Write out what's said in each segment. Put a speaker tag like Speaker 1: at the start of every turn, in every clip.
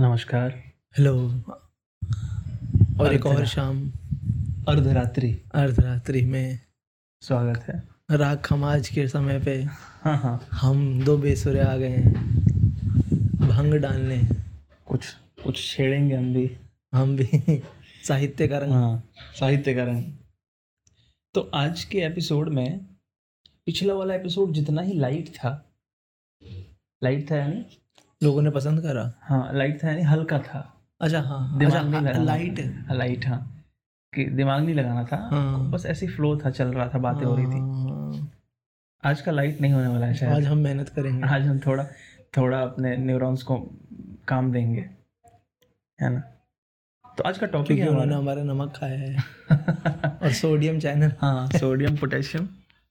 Speaker 1: नमस्कार
Speaker 2: हेलो और एक और
Speaker 1: अर्धरा-
Speaker 2: शाम
Speaker 1: अर्धरात्रि
Speaker 2: अर्धरात्रि में
Speaker 1: स्वागत है
Speaker 2: राग खमाज के समय पे
Speaker 1: हाँ हाँ
Speaker 2: हम दो बेसुरे आ गए हैं भंग डालने
Speaker 1: कुछ कुछ छेड़ेंगे हम भी
Speaker 2: हम भी साहित्य का रंग
Speaker 1: हाँ साहित्य का रंग तो आज के एपिसोड में पिछला वाला एपिसोड जितना ही लाइट था लाइट था यानी
Speaker 2: लोगों ने पसंद करा
Speaker 1: हाँ लाइट था यानी हल्का था
Speaker 2: अच्छा हाँ
Speaker 1: दिमाग
Speaker 2: अच्छा
Speaker 1: नहीं
Speaker 2: हाँ,
Speaker 1: लगाना
Speaker 2: लाइट
Speaker 1: हाँ लाइट हाँ कि दिमाग नहीं लगाना था
Speaker 2: हाँ।
Speaker 1: बस ऐसे फ्लो था चल रहा था बातें हो रही थी
Speaker 2: थी
Speaker 1: आज का लाइट नहीं होने वाला है शायद
Speaker 2: हाँ। आज हम मेहनत करेंगे
Speaker 1: आज हम थोड़ा थोड़ा अपने न्यूरॉन्स को काम देंगे है ना तो आज का टॉपिक
Speaker 2: क्योंकि
Speaker 1: है
Speaker 2: उन्होंने
Speaker 1: हमारा
Speaker 2: हमारा नमक खाया है और सोडियम चैनल
Speaker 1: हाँ सोडियम पोटेशियम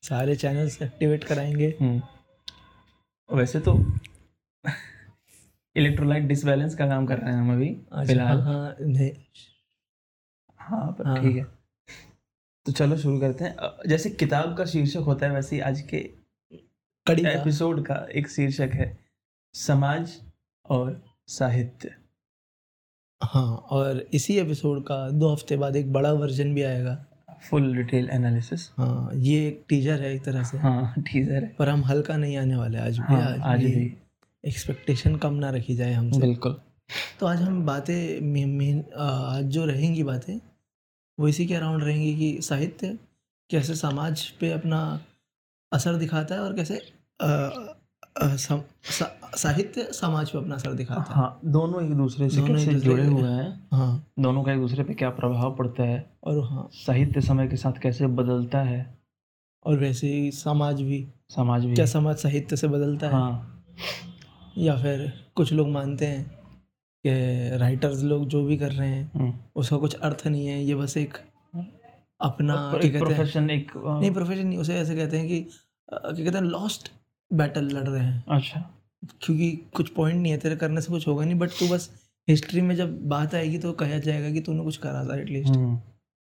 Speaker 2: सारे चैनल्स एक्टिवेट कराएंगे
Speaker 1: हम्म। वैसे तो इलेक्ट्रोलाइट डिसबैलेंस का काम कर रहे हैं हम अभी
Speaker 2: अच्छा,
Speaker 1: फिलहाल
Speaker 2: हाँ नहीं
Speaker 1: हाँ पर
Speaker 2: हाँ।
Speaker 1: ठीक है तो चलो शुरू करते हैं अ, जैसे किताब का शीर्षक होता है वैसे ही आज के
Speaker 2: कड़ी का।
Speaker 1: एपिसोड का एक शीर्षक है समाज और साहित्य
Speaker 2: हाँ और इसी एपिसोड का दो हफ्ते बाद एक बड़ा वर्जन भी आएगा
Speaker 1: फुल डिटेल एनालिसिस
Speaker 2: हाँ ये एक टीजर है एक तरह से
Speaker 1: हाँ टीजर है
Speaker 2: पर हम हल्का नहीं आने वाले आज भी
Speaker 1: हाँ आज भी
Speaker 2: एक्सपेक्टेशन कम ना रखी जाए हमसे
Speaker 1: बिल्कुल
Speaker 2: तो आज हम बातें मे- मेन आ, आज जो रहेंगी बातें वो इसी के अराउंड रहेंगी कि साहित्य कैसे समाज पे अपना असर दिखाता है और कैसे आ, आ, सम, सा, साहित्य समाज पे अपना असर दिखाता है
Speaker 1: हाँ दोनों एक दूसरे से
Speaker 2: दोनों एक
Speaker 1: कैसे
Speaker 2: दूसरे
Speaker 1: जुड़े
Speaker 2: के-
Speaker 1: हुए हैं
Speaker 2: हाँ
Speaker 1: दोनों का एक दूसरे पे क्या प्रभाव पड़ता है
Speaker 2: और हाँ
Speaker 1: साहित्य समय के साथ कैसे बदलता है
Speaker 2: और वैसे ही समाज भी
Speaker 1: समाज भी
Speaker 2: क्या समाज साहित्य से बदलता है
Speaker 1: हाँ
Speaker 2: या फिर कुछ लोग मानते हैं कि राइटर्स लोग जो भी कर रहे हैं
Speaker 1: हम्म।
Speaker 2: उसका कुछ अर्थ नहीं है ये बस एक अपना
Speaker 1: पर
Speaker 2: क्या
Speaker 1: एक
Speaker 2: कहते हैं
Speaker 1: प्रोफेशन एक अ,
Speaker 2: नहीं प्रोफेशन नहीं उसे ऐसे कहते हैं कि अ, क्या कहते हैं लॉस्ट बैटल लड़ रहे हैं
Speaker 1: अच्छा
Speaker 2: क्योंकि कुछ पॉइंट नहीं है तेरे करने से कुछ होगा नहीं बट तू बस हिस्ट्री में जब बात आएगी तो कहा जाएगा कि तूने कुछ करा था एटलीस्ट
Speaker 1: हम्म,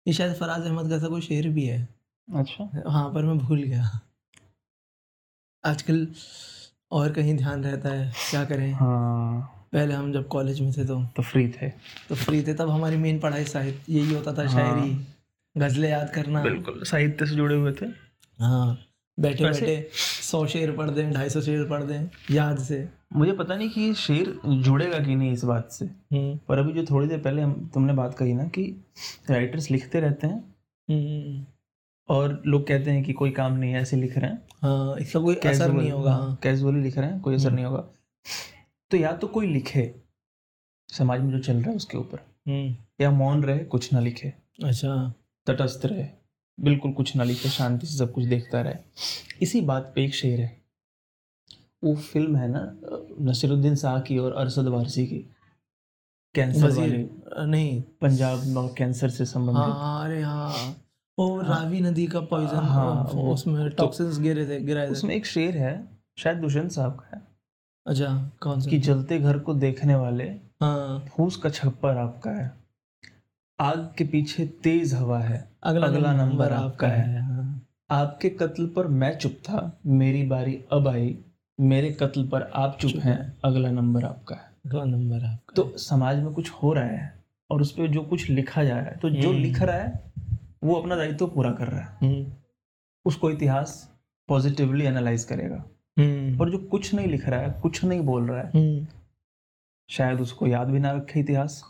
Speaker 2: ये शायद फराज अहमद का सा कोई शेर भी है
Speaker 1: अच्छा
Speaker 2: हाँ पर मैं भूल गया आजकल और कहीं ध्यान रहता है क्या करें
Speaker 1: हाँ
Speaker 2: पहले हम जब कॉलेज में थे तो
Speaker 1: तो फ्री थे
Speaker 2: तो फ्री थे तब हमारी मेन पढ़ाई साहित्य यही होता था
Speaker 1: हाँ।
Speaker 2: शायरी गजलें याद करना
Speaker 1: बिल्कुल साहित्य से जुड़े हुए थे
Speaker 2: हाँ बैठे
Speaker 1: वैसे-
Speaker 2: बैठे सौ शेर पढ़ दें ढाई सौ शेर पढ़ दें याद से
Speaker 1: मुझे पता नहीं कि ये शेर जुड़ेगा कि नहीं इस बात से
Speaker 2: हम्म,
Speaker 1: पर अभी जो थोड़ी देर पहले हम तुमने बात कही ना कि राइटर्स लिखते रहते हैं
Speaker 2: हम्म,
Speaker 1: और लोग कहते हैं कि कोई काम नहीं है ऐसे लिख रहे हैं
Speaker 2: हाँ इसका कोई असर नहीं होगा हाँ
Speaker 1: कैजुअली लिख रहे हैं कोई असर नहीं होगा तो या तो कोई लिखे समाज में जो चल रहा है उसके ऊपर
Speaker 2: हम्म,
Speaker 1: या मौन रहे कुछ ना लिखे
Speaker 2: अच्छा
Speaker 1: तटस्थ रहे बिल्कुल कुछ ना लिखे शांति से सब कुछ देखता रहे इसी बात पे एक शेर है वो फिल्म है ना अ, नसीरुद्दीन शाह की और अरशद वारसी की कैंसर
Speaker 2: वजीर
Speaker 1: वाली
Speaker 2: अ, नहीं
Speaker 1: पंजाब में कैंसर से
Speaker 2: हाँ
Speaker 1: संबंधित
Speaker 2: हाँ, अरे हाँ वो रावी नदी का पॉइजन
Speaker 1: हाँ, वो-
Speaker 2: उसमें टॉक्सिन्स गिरे थे गिराए थे
Speaker 1: उसमें एक शेर है शायद दुष्यंत साहब का है
Speaker 2: अच्छा कौन सा
Speaker 1: कि जलते घर को देखने वाले
Speaker 2: हाँ
Speaker 1: फूस का छप्पर आपका है आग के पीछे तेज हवा है
Speaker 2: अगला
Speaker 1: अगला नंबर आपका है।
Speaker 2: हाँ।
Speaker 1: आपके कत्ल पर मैं चुप था मेरी बारी अब आई मेरे कत्ल पर आप चुप हैं अगला नंबर आपका है
Speaker 2: अगला नंबर आपका
Speaker 1: तो समाज में कुछ हो रहा है और उस पर जो कुछ लिखा जा रहा है तो जो
Speaker 2: हम्म।
Speaker 1: लिख रहा है वो अपना दायित्व पूरा कर रहा है
Speaker 2: हम्म,
Speaker 1: उसको इतिहास पॉजिटिवली एनालाइज करेगा
Speaker 2: हम्म,
Speaker 1: और जो कुछ नहीं लिख रहा है कुछ नहीं बोल रहा है
Speaker 2: हम्म।
Speaker 1: शायद उसको याद भी ना रखे इतिहास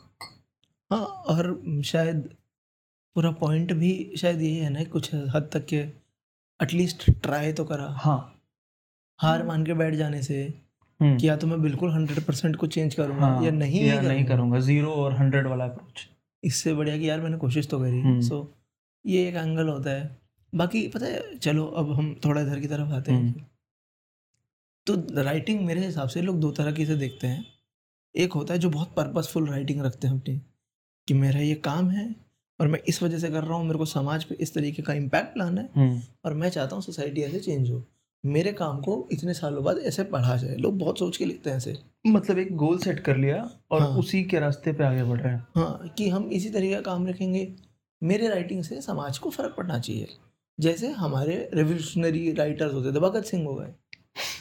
Speaker 2: हाँ और शायद पूरा पॉइंट भी शायद यही है ना कुछ हद तक के एटलीस्ट ट्राई तो करा
Speaker 1: हाँ
Speaker 2: हार मान के बैठ जाने से
Speaker 1: हम्म।
Speaker 2: कि या तो मैं बिल्कुल हंड्रेड परसेंट को चेंज करूंगा
Speaker 1: हाँ,
Speaker 2: या नहीं
Speaker 1: या नहीं
Speaker 2: करूंगा।
Speaker 1: करूंगा जीरो और हंड्रेड वाला अप्रोच
Speaker 2: इससे बढ़िया कि यार मैंने कोशिश तो
Speaker 1: हम्म।
Speaker 2: करी सो ये एक एंगल होता है बाकी पता है चलो अब हम थोड़ा इधर की तरफ आते हैं तो राइटिंग मेरे हिसाब से लोग दो तरह की से देखते हैं एक होता है जो बहुत पर्पसफुल राइटिंग रखते हैं अपनी कि मेरा ये काम है और मैं इस वजह से कर रहा हूँ मेरे को समाज पे इस तरीके का इम्पैक्ट लाना है
Speaker 1: हम्म।
Speaker 2: और मैं चाहता हूँ सोसाइटी ऐसे चेंज हो मेरे काम को इतने सालों बाद ऐसे पढ़ा जाए लोग बहुत सोच के लिखते हैं ऐसे
Speaker 1: मतलब एक गोल सेट कर लिया और
Speaker 2: हाँ।
Speaker 1: उसी के रास्ते पे आगे बढ़ रहे हैं
Speaker 2: हाँ कि हम इसी तरीके का काम रखेंगे मेरे राइटिंग से समाज को फर्क पड़ना चाहिए जैसे हमारे रेवोल्यूशनरी राइटर्स होते थे भगत सिंह हो गए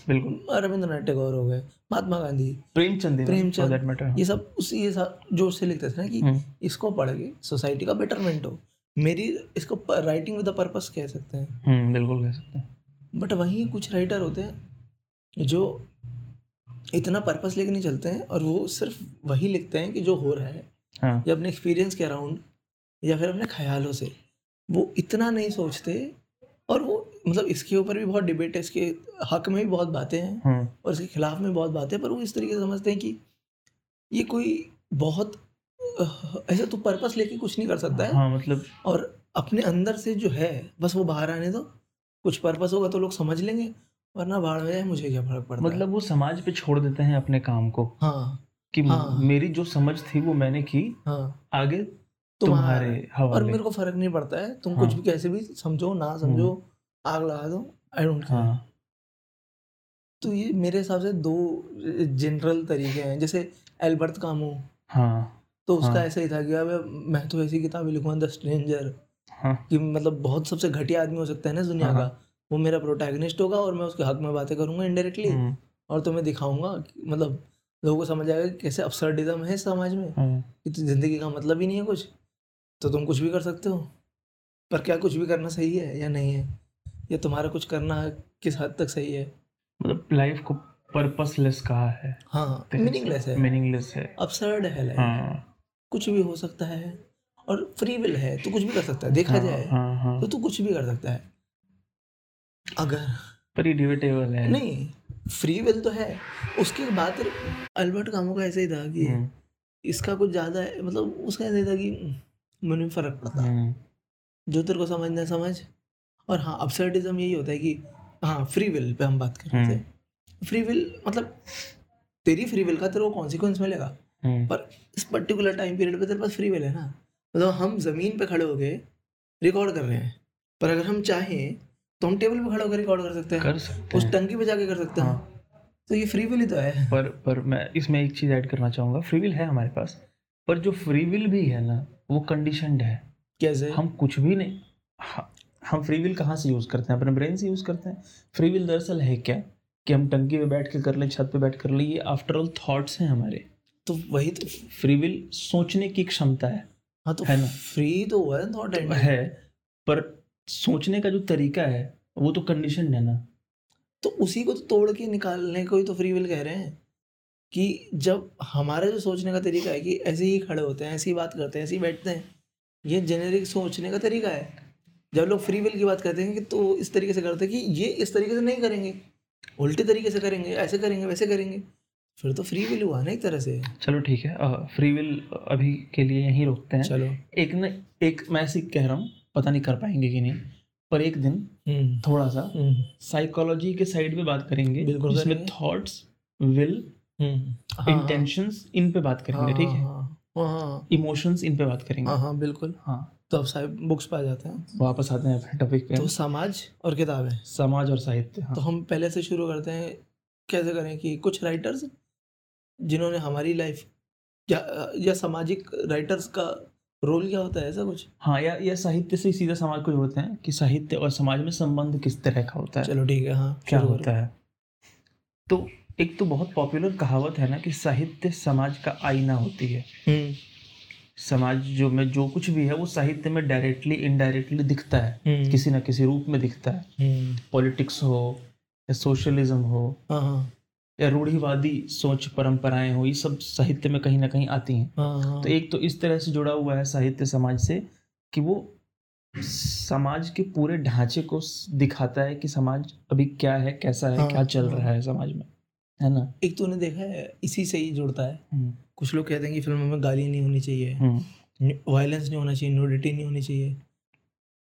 Speaker 1: बिल्कुल
Speaker 2: रविंद्रनाथ टैगोर हो गए महात्मा गांधी
Speaker 1: प्रेमचंद
Speaker 2: प्रेमचंद।
Speaker 1: दैट मैटर
Speaker 2: ये सब उसी ये सब जोश से लिखते थे ना
Speaker 1: हम्म।
Speaker 2: कि इसको पढ़ के सोसाइटी का बेटरमेंट हो मेरी इसको राइटिंग विद अ पर्पस कह सकते हैं
Speaker 1: हम्म, बिल्कुल कह सकते हैं
Speaker 2: बट वहीं कुछ राइटर होते हैं जो इतना पर्पस लेके नहीं चलते हैं और वो सिर्फ वही लिखते हैं कि जो हो रहा है
Speaker 1: हाँ
Speaker 2: या अपने एक्सपीरियंस के अराउंड या फिर अपने ख्यालों से वो इतना नहीं सोचते और वो मतलब इसके ऊपर भी बहुत डिबेट है इसके हक में भी बहुत बातें हैं
Speaker 1: हम्म,
Speaker 2: और इसके खिलाफ में बहुत बातें हैं पर वो इस तरीके से समझते हैं कि ये कोई बहुत अह, ऐसा तो पर्पस लेके कुछ नहीं कर सकता है
Speaker 1: हाँ मतलब
Speaker 2: और अपने अंदर से जो है बस वो बाहर आने दो कुछ पर्पस होगा तो लोग समझ लेंगे वरना बाहर में जाए मुझे क्या फर्क पड़ता है।
Speaker 1: मतलब वो समाज पे छोड़ देते हैं अपने काम को
Speaker 2: हाँ
Speaker 1: कि
Speaker 2: हाँ।
Speaker 1: मेरी जो समझ थी वो मैंने की
Speaker 2: हाँ
Speaker 1: आगे
Speaker 2: तुम्हारे
Speaker 1: तुम्हारे
Speaker 2: और
Speaker 1: हवाले
Speaker 2: मेरे को फर्क नहीं पड़ता है तुम
Speaker 1: हाँ। हम्म।
Speaker 2: कुछ भी कैसे भी समझो ना समझो आग लगा दो आई डोंट केयर
Speaker 1: हाँ
Speaker 2: तो ये मेरे हिसाब से दो जनरल तरीके हैं जैसे एल्बर्ट कामू
Speaker 1: हाँ
Speaker 2: तो उसका
Speaker 1: हाँ।
Speaker 2: ऐसा ही था कि अब मैं तो ऐसी किताबें लिखूंगा द स्ट्रेंजर
Speaker 1: हाँ
Speaker 2: कि मतलब बहुत सबसे घटिया आदमी हो सकता है ना इस दुनिया
Speaker 1: हाँ।
Speaker 2: का वो मेरा प्रोटैगनिस्ट होगा और मैं उसके हक में बातें करूंगा इनडायरेक्टली
Speaker 1: हम्म,
Speaker 2: और तुम्हें दिखाऊंगा कि- मतलब लोगों को समझ आएगा कि कैसे अपसर्डिज्म है इस समाज में
Speaker 1: हाँ,
Speaker 2: कि तो जिंदगी का मतलब ही नहीं है कुछ तो तुम कुछ भी कर सकते हो पर क्या कुछ भी करना सही है या नहीं है या तुम्हारा कुछ करना किस हद तक सही है
Speaker 1: मतलब लाइफ को पर्पसलेस कहा है
Speaker 2: हाँ मीनिंगलेस है
Speaker 1: मीनिंगलेस है
Speaker 2: अपसर्ड है लाइफ
Speaker 1: हाँ
Speaker 2: कुछ भी हो सकता है और फ्री विल है तो कुछ भी कर सकता है देखा
Speaker 1: हाँ
Speaker 2: जाए
Speaker 1: हाँ हाँ
Speaker 2: तो तू कुछ भी कर सकता है अगर
Speaker 1: पर ये डिबेटेबल है
Speaker 2: नहीं फ्री विल तो है उसके बाद अल्बर्ट कामो का ऐसा ही था कि
Speaker 1: हम्म,
Speaker 2: इसका कुछ ज़्यादा है मतलब उसका ऐसा ही था कि मुझे फ़र्क पड़ता
Speaker 1: हम्म,
Speaker 2: जो तेरे को समझना है समझ और हाँ अपसर्टिज्म यही होता है कि हाँ फ्री विल पे हम बात कर रहे थे
Speaker 1: हम्म।
Speaker 2: फ्री विल मतलब तेरी फ्री विल का तेरे को कॉन्सिक्वेंस मिलेगा
Speaker 1: हम्म,
Speaker 2: पर इस पर्टिकुलर टाइम पीरियड पे तेरे पास फ्री विल है ना मतलब हम ज़मीन पे खड़े होके रिकॉर्ड कर रहे हैं पर अगर हम चाहें तो हम टेबल पे खड़े होकर रिकॉर्ड कर सकते हैं
Speaker 1: कर सकते
Speaker 2: उस
Speaker 1: हैं
Speaker 2: टंकी पे जाके कर सकते हैं
Speaker 1: हाँ।
Speaker 2: तो ये फ्री विल ही तो है
Speaker 1: पर पर मैं इसमें एक चीज़ ऐड करना चाहूँगा फ्री विल है हमारे पास पर जो फ्री विल भी है ना वो कंडीशनड है
Speaker 2: कैसे
Speaker 1: हम कुछ भी नहीं ह- हम फ्री विल कहाँ से यूज़ करते हैं अपने ब्रेन से यूज़ करते हैं फ्री विल दरअसल है क्या कि हम टंकी पे बैठ के कर लें छत पे बैठ कर लें ये आफ्टर ऑल थॉट्स हैं हमारे
Speaker 2: तो वही तो
Speaker 1: फ्री विल सोचने की क्षमता है
Speaker 2: हाँ तो
Speaker 1: है ना?
Speaker 2: फ्री तो हुआ है थॉट एंड
Speaker 1: है पर सोचने का जो तरीका है वो तो कंडीशन है ना
Speaker 2: तो उसी को तो तोड़ के निकालने को ही तो फ्री विल कह रहे हैं कि जब हमारा जो सोचने का तरीका है कि ऐसे ही खड़े होते हैं ऐसे ही बात करते हैं ऐसे ही बैठते हैं ये जेनेरिक सोचने का तरीका है जब लोग फ्री विल की बात करते हैं कि तो इस तरीके से करते हैं कि ये इस तरीके से नहीं करेंगे उल्टे तरीके से करेंगे ऐसे करेंगे वैसे करेंगे फिर तो फ्री विल हुआ ना एक तरह से
Speaker 1: चलो ठीक है फ्री विल अभी के लिए यहीं रोकते हैं
Speaker 2: चलो
Speaker 1: एक न एक मैं ऐसे कह रहा हूँ पता नहीं कर पाएंगे कि नहीं पर एक दिन
Speaker 2: हम्म
Speaker 1: थोड़ा सा
Speaker 2: हम्म
Speaker 1: साइकोलॉजी के साइड पे बात करेंगे
Speaker 2: बिल्कुल
Speaker 1: जिसमें
Speaker 2: करेंगे।
Speaker 1: थॉट्स विल
Speaker 2: हम्म हाँ, हाँ,
Speaker 1: इंटेंशंस इन पे बात करेंगे
Speaker 2: हाँ,
Speaker 1: ठीक है
Speaker 2: हाँ हाँ
Speaker 1: इमोशंस इन पे बात करेंगे
Speaker 2: हाँ हाँ बिल्कुल
Speaker 1: हाँ
Speaker 2: तो अब साहब बुक्स पे आ जाते हैं
Speaker 1: वापस आते हैं अपने टॉपिक पे
Speaker 2: तो समाज और किताबें
Speaker 1: समाज और साहित्य हाँ
Speaker 2: तो हम पहले से शुरू करते हैं कैसे करें कि कुछ राइटर्स जिन्होंने हमारी लाइफ या या सामाजिक राइटर्स का रोल क्या होता है ऐसा कुछ
Speaker 1: हाँ या या साहित्य से ही सीधा समाज को जोड़ते हैं कि साहित्य और समाज में संबंध किस तरह का होता है
Speaker 2: चलो ठीक है हाँ
Speaker 1: क्या
Speaker 2: शुरू करो।
Speaker 1: होता है तो एक तो बहुत पॉपुलर कहावत है ना कि साहित्य समाज का आईना होती है
Speaker 2: हम्म
Speaker 1: समाज जो में जो कुछ भी है वो साहित्य में डायरेक्टली इनडायरेक्टली दिखता है
Speaker 2: हम्म,
Speaker 1: किसी ना किसी रूप में दिखता है
Speaker 2: हम्म,
Speaker 1: पॉलिटिक्स हो या सोशलिज्म हो
Speaker 2: हाँ हाँ
Speaker 1: या रूढ़िवादी सोच परंपराएं हो ये सब साहित्य में कहीं ना कहीं आती हैं
Speaker 2: हाँ हाँ
Speaker 1: तो एक तो इस तरह से जुड़ा हुआ है साहित्य समाज से कि वो समाज के पूरे ढांचे को स- दिखाता है कि समाज अभी क्या है कैसा है
Speaker 2: हाँ,
Speaker 1: क्या चल
Speaker 2: हाँ।
Speaker 1: रहा है समाज में है ना
Speaker 2: एक तो उन्हें देखा है इसी से ही जुड़ता है
Speaker 1: हम्म,
Speaker 2: कुछ लोग कहते हैं कि फिल्मों में गाली नहीं होनी चाहिए
Speaker 1: हम्म,
Speaker 2: वायलेंस नहीं होना चाहिए न्यूडिटी नहीं होनी चाहिए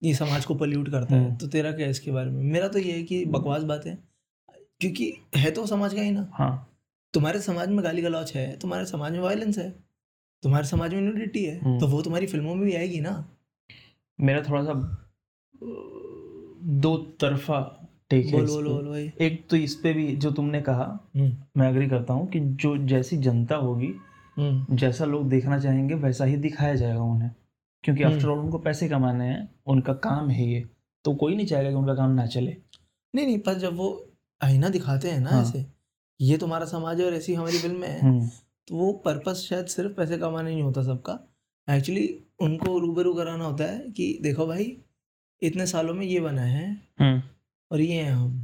Speaker 2: ये समाज को पोल्यूट करता है
Speaker 1: हम्म।
Speaker 2: तो तेरा क्या है इसके बारे में मेरा तो ये है कि बकवास बात है क्योंकि है तो समाज का ही ना
Speaker 1: हाँ
Speaker 2: तुम्हारे समाज में गाली गलौच है तुम्हारे समाज में वायलेंस है तुम्हारे समाज में न्यूडिटी है
Speaker 1: हम्म।
Speaker 2: तो वो तुम्हारी फिल्मों में भी आएगी ना
Speaker 1: मेरा थोड़ा सा अ, दो तरफा टेक है
Speaker 2: बोल
Speaker 1: इस
Speaker 2: बोल
Speaker 1: पे।
Speaker 2: बोल हम्म। भाई
Speaker 1: एक तो इस पे भी जो तुमने कहा मैं एग्री करता हूँ कि जो जैसी जनता होगी
Speaker 2: हम्म,
Speaker 1: जैसा लोग देखना चाहेंगे वैसा ही दिखाया जाएगा उन्हें क्योंकि
Speaker 2: हम्म।
Speaker 1: आफ्टर ऑल उनको पैसे कमाने हैं उनका काम है ये तो कोई नहीं चाहेगा कि उनका काम ना चले
Speaker 2: नहीं नहीं पर जब वो आईना दिखाते हैं ना
Speaker 1: हाँ।
Speaker 2: ऐसे ये तुम्हारा समाज है और ऐसी हमारी फिल्में हैं
Speaker 1: हम्म,
Speaker 2: तो वो पर्पस शायद सिर्फ पैसे कमाना नहीं होता सबका एक्चुअली उनको रूबरू कराना होता है कि देखो भाई इतने सालों में ये बना है
Speaker 1: हम्म,
Speaker 2: और ये हैं हम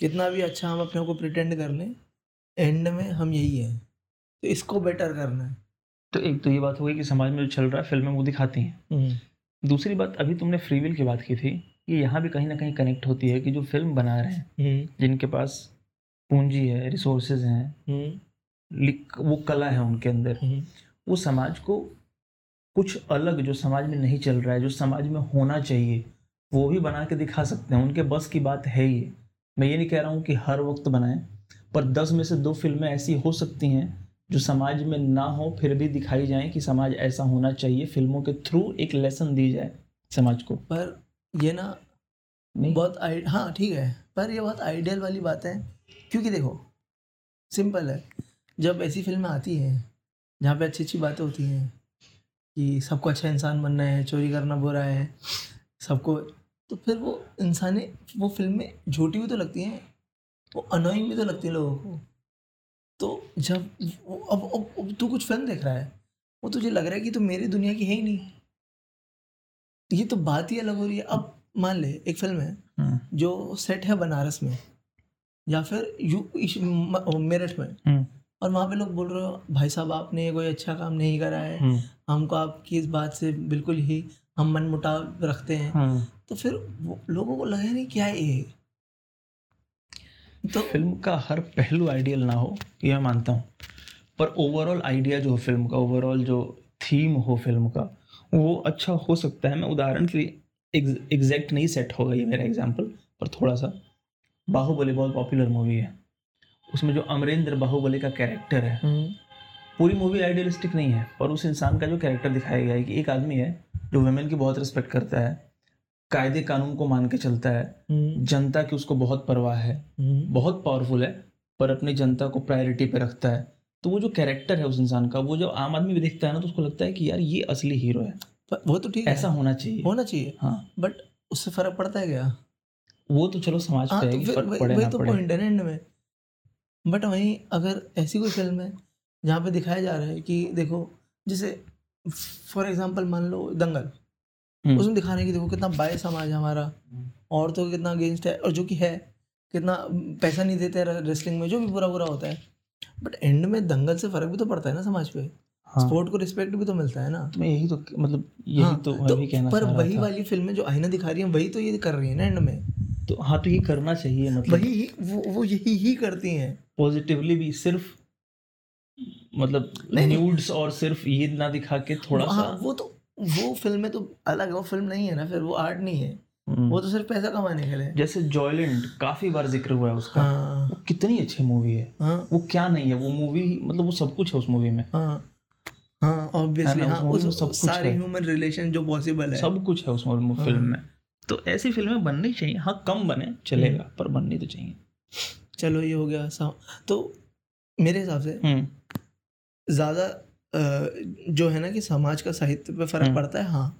Speaker 2: कितना भी अच्छा हम अपने को प्रिटेंड कर लें एंड में हम यही हैं तो इसको बेटर करना है
Speaker 1: तो एक तो ये बात हो गई कि समाज में जो चल रहा है फिल्में वो दिखाती हैं दूसरी बात अभी तुमने फ्री विल की बात की थी ये यहाँ भी कहीं ना कहीं कनेक्ट होती है कि जो फिल्म बना रहे हैं जिनके पास पूंजी है रिसोर्सेज हैं
Speaker 2: हम्म,
Speaker 1: लिक- वो कला है उनके अंदर वो समाज को कुछ अलग जो समाज में नहीं चल रहा है जो समाज में होना चाहिए वो भी बना के दिखा सकते हैं उनके बस की बात है ये मैं ये नहीं कह रहा हूँ कि हर वक्त बनाएं पर दस में से दो फिल्में ऐसी हो सकती हैं जो समाज में ना हो फिर भी दिखाई जाएं कि समाज ऐसा होना चाहिए फिल्मों के थ्रू एक लेसन दी जाए समाज को
Speaker 2: पर ये ना
Speaker 1: नहीं
Speaker 2: बहुत आई हाँ ठीक है पर ये बहुत आइडियल वाली बात है क्योंकि देखो सिंपल है जब ऐसी फिल्में आती हैं जहाँ पे अच्छी अच्छी बातें होती हैं कि सबको अच्छा इंसान बनना है चोरी करना बुरा है सबको तो फिर वो इंसाने वो फिल्में झूठी भी तो लगती हैं वो अनोइंग भी तो लगती है लोगों को तो जब वो- अब अब- अब तू कुछ फिल्म देख रहा है वो तुझे लग रहा है कि तो मेरी दुनिया की है ही नहीं ये तो बात ही अलग हो रही है अब मान ले एक फिल्म है
Speaker 1: हम्म,
Speaker 2: जो सेट है बनारस में या फिर यू इश- म- मेरठ में
Speaker 1: हम्म,
Speaker 2: और वहाँ पे लोग बोल रहे हो भाई साहब आपने कोई अच्छा काम नहीं करा है
Speaker 1: हम्म,
Speaker 2: हमको आपकी इस बात से बिल्कुल ही हम मन मुटाव रखते हैं
Speaker 1: हम्म।
Speaker 2: तो फिर वो लोगों को लगे नहीं क्या है ये तो
Speaker 1: फिल्म का हर पहलू आइडियल ना हो ये मैं मानता हूँ पर ओवरऑल आइडिया जो हो फिल्म का ओवरऑल जो थीम हो फिल्म का वो अच्छा हो सकता है मैं उदाहरण के लिए एग्जैक्ट नहीं सेट होगा ये मेरा एग्जाम्पल पर थोड़ा सा बाहुबली बहुत पॉपुलर मूवी है उसमें जो अमरेंद्र बाहुबली का कैरेक्टर है पूरी मूवी आइडियलिस्टिक नहीं है पर उस इंसान का जो कैरेक्टर दिखाया गया है कि एक आदमी है जो वुमेन की बहुत रिस्पेक्ट करता है कायदे कानून को मान के चलता है जनता की उसको बहुत परवाह है बहुत पावरफुल है पर अपनी जनता को प्रायोरिटी पे रखता है तो वो जो कैरेक्टर है उस इंसान का वो जो आम आदमी भी देखता है ना तो उसको लगता है कि यार ये असली हीरो है
Speaker 2: पर वो तो ठीक
Speaker 1: ऐसा
Speaker 2: है
Speaker 1: होना चाहिए
Speaker 2: होना चाहिए
Speaker 1: हाँ
Speaker 2: बट उससे फर्क पड़ता है क्या
Speaker 1: वो तो चलो समाज
Speaker 2: हाँ
Speaker 1: पे है
Speaker 2: तो
Speaker 1: कि
Speaker 2: फिर
Speaker 1: फर्क
Speaker 2: वही
Speaker 1: पड़े
Speaker 2: वही
Speaker 1: ना
Speaker 2: तो
Speaker 1: पड़े
Speaker 2: पॉइंट है ना एंड में बट वहीं अगर ऐसी कोई फिल्म है जहाँ पे दिखाया जा रहा है कि देखो जैसे फॉर एग्जांपल मान लो दंगल
Speaker 1: हम्म।
Speaker 2: उसमें दिखा रहे हैं कि देखो कितना बाय समाज है हमारा औरतों के कितना अगेंस्ट है और जो कि है कितना पैसा नहीं देते रेसलिंग में जो भी बुरा बुरा होता है बट एंड में दंगल से फर्क भी तो पड़ता है ना समाज पे
Speaker 1: हाँ
Speaker 2: स्पोर्ट को रिस्पेक्ट भी तो मिलता है ना
Speaker 1: तो मैं यही तो मतलब यही
Speaker 2: हाँ,
Speaker 1: तो मैं भी कहना
Speaker 2: पर
Speaker 1: चाह
Speaker 2: वही
Speaker 1: रहा था
Speaker 2: वाली फिल्में जो आईना दिखा रही हैं वही तो ये कर रही है ना एंड में
Speaker 1: तो हाँ तो ये करना चाहिए मतलब
Speaker 2: वही वो वो यही ही करती हैं
Speaker 1: पॉजिटिवली भी सिर्फ मतलब
Speaker 2: नहीं, नहीं।
Speaker 1: न्यूड्स और सिर्फ ये ना दिखा के थोड़ा
Speaker 2: हाँ,
Speaker 1: सा
Speaker 2: वो तो वो फिल्में तो अलग है वो फिल्म नहीं है ना फिर वो आर्ट नहीं है
Speaker 1: हम्म।
Speaker 2: वो तो सिर्फ पैसा कमाने के लिए
Speaker 1: जैसे जॉयलैंड काफी बार जिक्र हुआ है उसका
Speaker 2: हाँ
Speaker 1: वो कितनी अच्छी मूवी है
Speaker 2: हाँ
Speaker 1: वो क्या नहीं है वो मूवी मतलब वो सब कुछ है उस मूवी में
Speaker 2: हाँ हाँ
Speaker 1: है
Speaker 2: ऑब्वियसली
Speaker 1: ना,
Speaker 2: हाँ
Speaker 1: उसमें
Speaker 2: उस
Speaker 1: भी सब कुछ
Speaker 2: सारे
Speaker 1: है।
Speaker 2: ह्यूमन रिलेशन जो पॉसिबल है
Speaker 1: सब कुछ है उस मु-
Speaker 2: हाँ।
Speaker 1: फिल्म में तो ऐसी फिल्में बननी चाहिए हाँ कम बने चलेगा पर बननी तो चाहिए
Speaker 2: चलो ये हो गया सा तो मेरे हिसाब से
Speaker 1: हम्म,
Speaker 2: ज़्यादा अ, जो है ना कि समाज का साहित्य पे फर्क
Speaker 1: हम्म।
Speaker 2: पड़ता है हाँ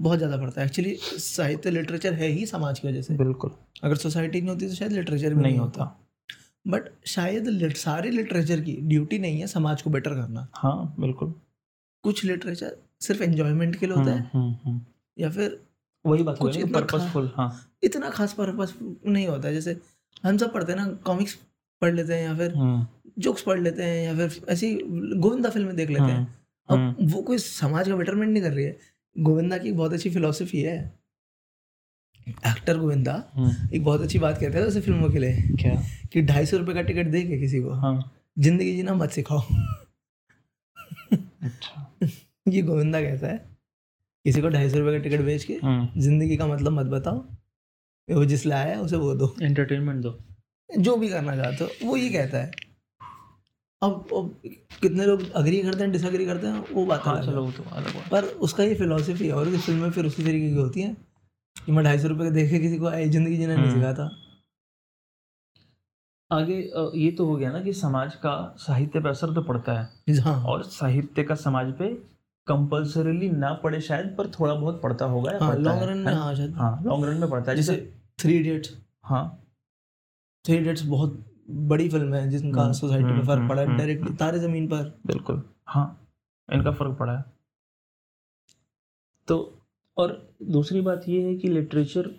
Speaker 2: बहुत ज़्यादा पड़ता है एक्चुअली साहित्य लिटरेचर है ही समाज की वजह से
Speaker 1: बिल्कुल
Speaker 2: अगर सोसाइटी नहीं होती तो शायद लिटरेचर भी
Speaker 1: नहीं होता
Speaker 2: बट शायद lit- सारे लिटरेचर की ड्यूटी नहीं है समाज को बेटर करना
Speaker 1: हाँ बिल्कुल
Speaker 2: कुछ लिटरेचर सिर्फ एंजॉयमेंट के लिए होता है
Speaker 1: हम्म, हम्म, हम्म।
Speaker 2: या फिर
Speaker 1: वही बात
Speaker 2: कुछ
Speaker 1: हुई
Speaker 2: इतना खा-
Speaker 1: पर्पसफुल हाँ
Speaker 2: इतना खास पर्पस नहीं होता है जैसे हम सब पढ़ते हैं ना कॉमिक्स पढ़ लेते हैं या फिर
Speaker 1: हम्म,
Speaker 2: जोक्स पढ़ लेते हैं या फिर ऐसी गोविंदा फिल्में देख लेते हैं
Speaker 1: हम्म,
Speaker 2: अब वो कोई समाज का बेटरमेंट नहीं कर रही है गोविंदा की एक बहुत अच्छी फिलोसफी है एक्टर गोविंदा
Speaker 1: हम्म।
Speaker 2: एक बहुत अच्छी बात कहता है उसे फिल्मों के लिए
Speaker 1: क्या
Speaker 2: कि ढाई सौ रुपये का टिकट दे के किसी को
Speaker 1: हाँ
Speaker 2: जिंदगी जीना मत सिखाओ
Speaker 1: अच्छा
Speaker 2: ये गोविंदा कहता है किसी को ढाई सौ रुपये का टिकट बेच के
Speaker 1: हम्म।
Speaker 2: जिंदगी का मतलब मत बताओ वो जिस लाया है उसे वो दो
Speaker 1: एंटरटेनमेंट दो
Speaker 2: जो भी करना चाहते हो वो ये कहता है अब अब कितने लोग अग्री करते हैं डिसअग्री करते हैं वो बात
Speaker 1: हाँ
Speaker 2: अलग है।
Speaker 1: चलो वो तो अलग बात
Speaker 2: पर उसका ये फिलोसफी है और उसकी फिल्में फिर उसी तरीके की होती हैं कि मैं ढाई सौ रुपये का देखे किसी को आई जिंदगी जीना नहीं
Speaker 1: हम्म।
Speaker 2: सिखाता
Speaker 1: आगे अ, ये तो हो गया ना कि समाज का साहित्य पे असर तो पड़ता है
Speaker 2: हाँ
Speaker 1: और साहित्य का समाज पे कंपल्सरीली ना पड़े शायद पर थोड़ा बहुत पड़ता होगा या
Speaker 2: हाँ
Speaker 1: पड़ता
Speaker 2: लॉन्ग
Speaker 1: है,
Speaker 2: रन
Speaker 1: है
Speaker 2: में
Speaker 1: ना?
Speaker 2: हाँ शायद
Speaker 1: हाँ लॉन्ग रन में पड़ता है
Speaker 2: जैसे
Speaker 1: जैसे
Speaker 2: थ्री इडियट्स
Speaker 1: हाँ
Speaker 2: थ्री इडियट्स बहुत बड़ी फिल्म है जिनका
Speaker 1: हम्म,
Speaker 2: सोसाइटी पे
Speaker 1: हम्म,
Speaker 2: फर्क पड़ा है
Speaker 1: हम्म,
Speaker 2: डायरेक्टली
Speaker 1: हम्म।
Speaker 2: तारे जमीन पर
Speaker 1: बिल्कुल हाँ इनका फर्क पड़ा है तो और दूसरी बात यह है कि लिटरेचर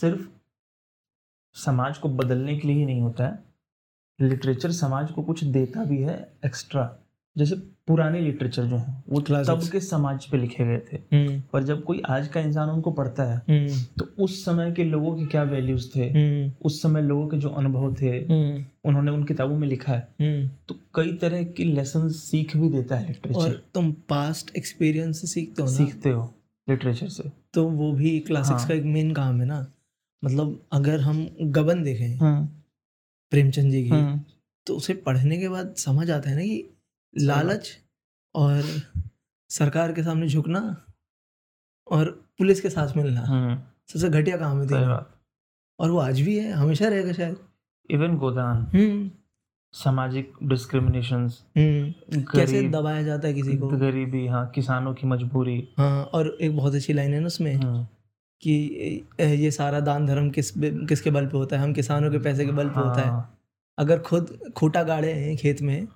Speaker 1: सिर्फ समाज को बदलने के लिए ही नहीं होता है लिटरेचर समाज को कुछ देता भी है एक्स्ट्रा जैसे पुराने लिटरेचर जो हैं वो तब
Speaker 2: Classics।
Speaker 1: के समाज पे लिखे गए थे
Speaker 2: हम्म
Speaker 1: पर जब कोई आज का इंसान उनको पढ़ता है
Speaker 2: हम्म
Speaker 1: तो उस समय के लोगों के क्या वैल्यूज थे
Speaker 2: हम्म
Speaker 1: उस समय लोगों के जो अनुभव थे
Speaker 2: हम्म,
Speaker 1: उन्होंने उन किताबों में लिखा है
Speaker 2: हम्म।
Speaker 1: तो कई तरह की लेसन सीख भी देता है
Speaker 2: और
Speaker 1: लिटरेचर
Speaker 2: तुम पास्ट एक्सपीरियंस से सीखते हो ना
Speaker 1: सीखते हो लिटरेचर से
Speaker 2: तो वो भी क्लासिक्स
Speaker 1: हाँ।
Speaker 2: का एक मेन काम है ना मतलब अगर हम गबन देखें
Speaker 1: हाँ,
Speaker 2: प्रेमचंद जी की
Speaker 1: हाँ,
Speaker 2: तो उसे पढ़ने के बाद समझ आता है ना कि लालच और सरकार के सामने झुकना और पुलिस के साथ मिलना
Speaker 1: हाँ,
Speaker 2: सबसे घटिया काम है
Speaker 1: सही
Speaker 2: दुनिया में।
Speaker 1: बात
Speaker 2: और वो आज भी है हमेशा रहेगा शायद
Speaker 1: इवन गोदान
Speaker 2: हम्म
Speaker 1: सामाजिक डिस्क्रिमिनेशन
Speaker 2: हम्म कैसे
Speaker 1: गरीब-
Speaker 2: दबाया जाता है किसी को
Speaker 1: गरीबी हाँ किसानों की मजबूरी
Speaker 2: हाँ और एक बहुत अच्छी लाइन है ना उसमें
Speaker 1: हाँ,
Speaker 2: कि ए, ये सारा दान धर्म किस किसके बल पे होता है हम किसानों के पैसे के बल पे होता है
Speaker 1: हाँ,
Speaker 2: अगर खुद खूटा गाड़े हैं खेत में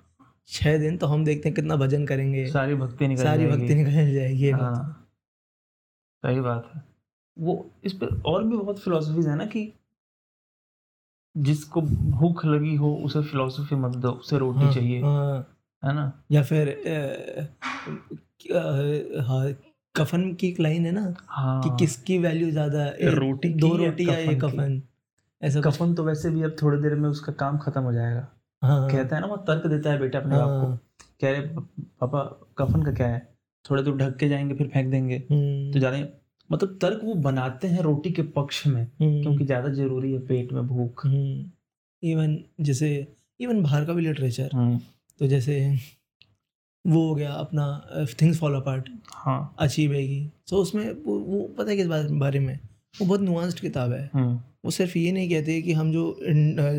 Speaker 2: छः दिन तो हम देखते हैं कितना भजन करेंगे
Speaker 1: सारी भक्ति निकल
Speaker 2: सारी
Speaker 1: जाएगी।
Speaker 2: भक्ति निकल जाएगी ये बात।
Speaker 1: हाँ, सही बात है वो इस पर और भी बहुत फिलोसफीज है ना कि जिसको भूख लगी हो उसे फिलोसफी मत दो उसे रोटी
Speaker 2: हाँ,
Speaker 1: चाहिए
Speaker 2: हाँ,
Speaker 1: है ना
Speaker 2: या फिर अ, अ, हाँ, कफन की एक लाइन है ना
Speaker 1: हाँ
Speaker 2: कि किसकी वैल्यू ज्यादा है ए,
Speaker 1: रोटी की
Speaker 2: दो
Speaker 1: या
Speaker 2: रोटी या एक
Speaker 1: कफन की?
Speaker 2: कफन ऐसा कुछ
Speaker 1: कफन तो वैसे भी अब थोड़ी देर में उसका काम खत्म हो जाएगा
Speaker 2: हाँ
Speaker 1: कहता है ना वो तर्क देता है बेटा अपने बाप
Speaker 2: हाँ,
Speaker 1: को कह रहे पापा कफन का क्या है थोड़े दूर ढक के जाएंगे फिर फेंक देंगे
Speaker 2: हम्म,
Speaker 1: तो ज्यादा मतलब तर्क वो बनाते हैं रोटी के पक्ष में
Speaker 2: हम्म,
Speaker 1: क्योंकि ज्यादा जरूरी है पेट में भूख
Speaker 2: हम्म, इवन जैसे इवन बाहर का भी लिटरेचर
Speaker 1: हम्म,
Speaker 2: तो जैसे वो हो गया अपना थिंग्स फॉलो अपार्ट
Speaker 1: हाँ
Speaker 2: अचीव है सो उसमें वो, वो पता है किस बारे, बारे में वो बहुत नुआंस्ड किताब है
Speaker 1: हम्म,
Speaker 2: वो सिर्फ ये नहीं कहते कि हम जो इन- अ,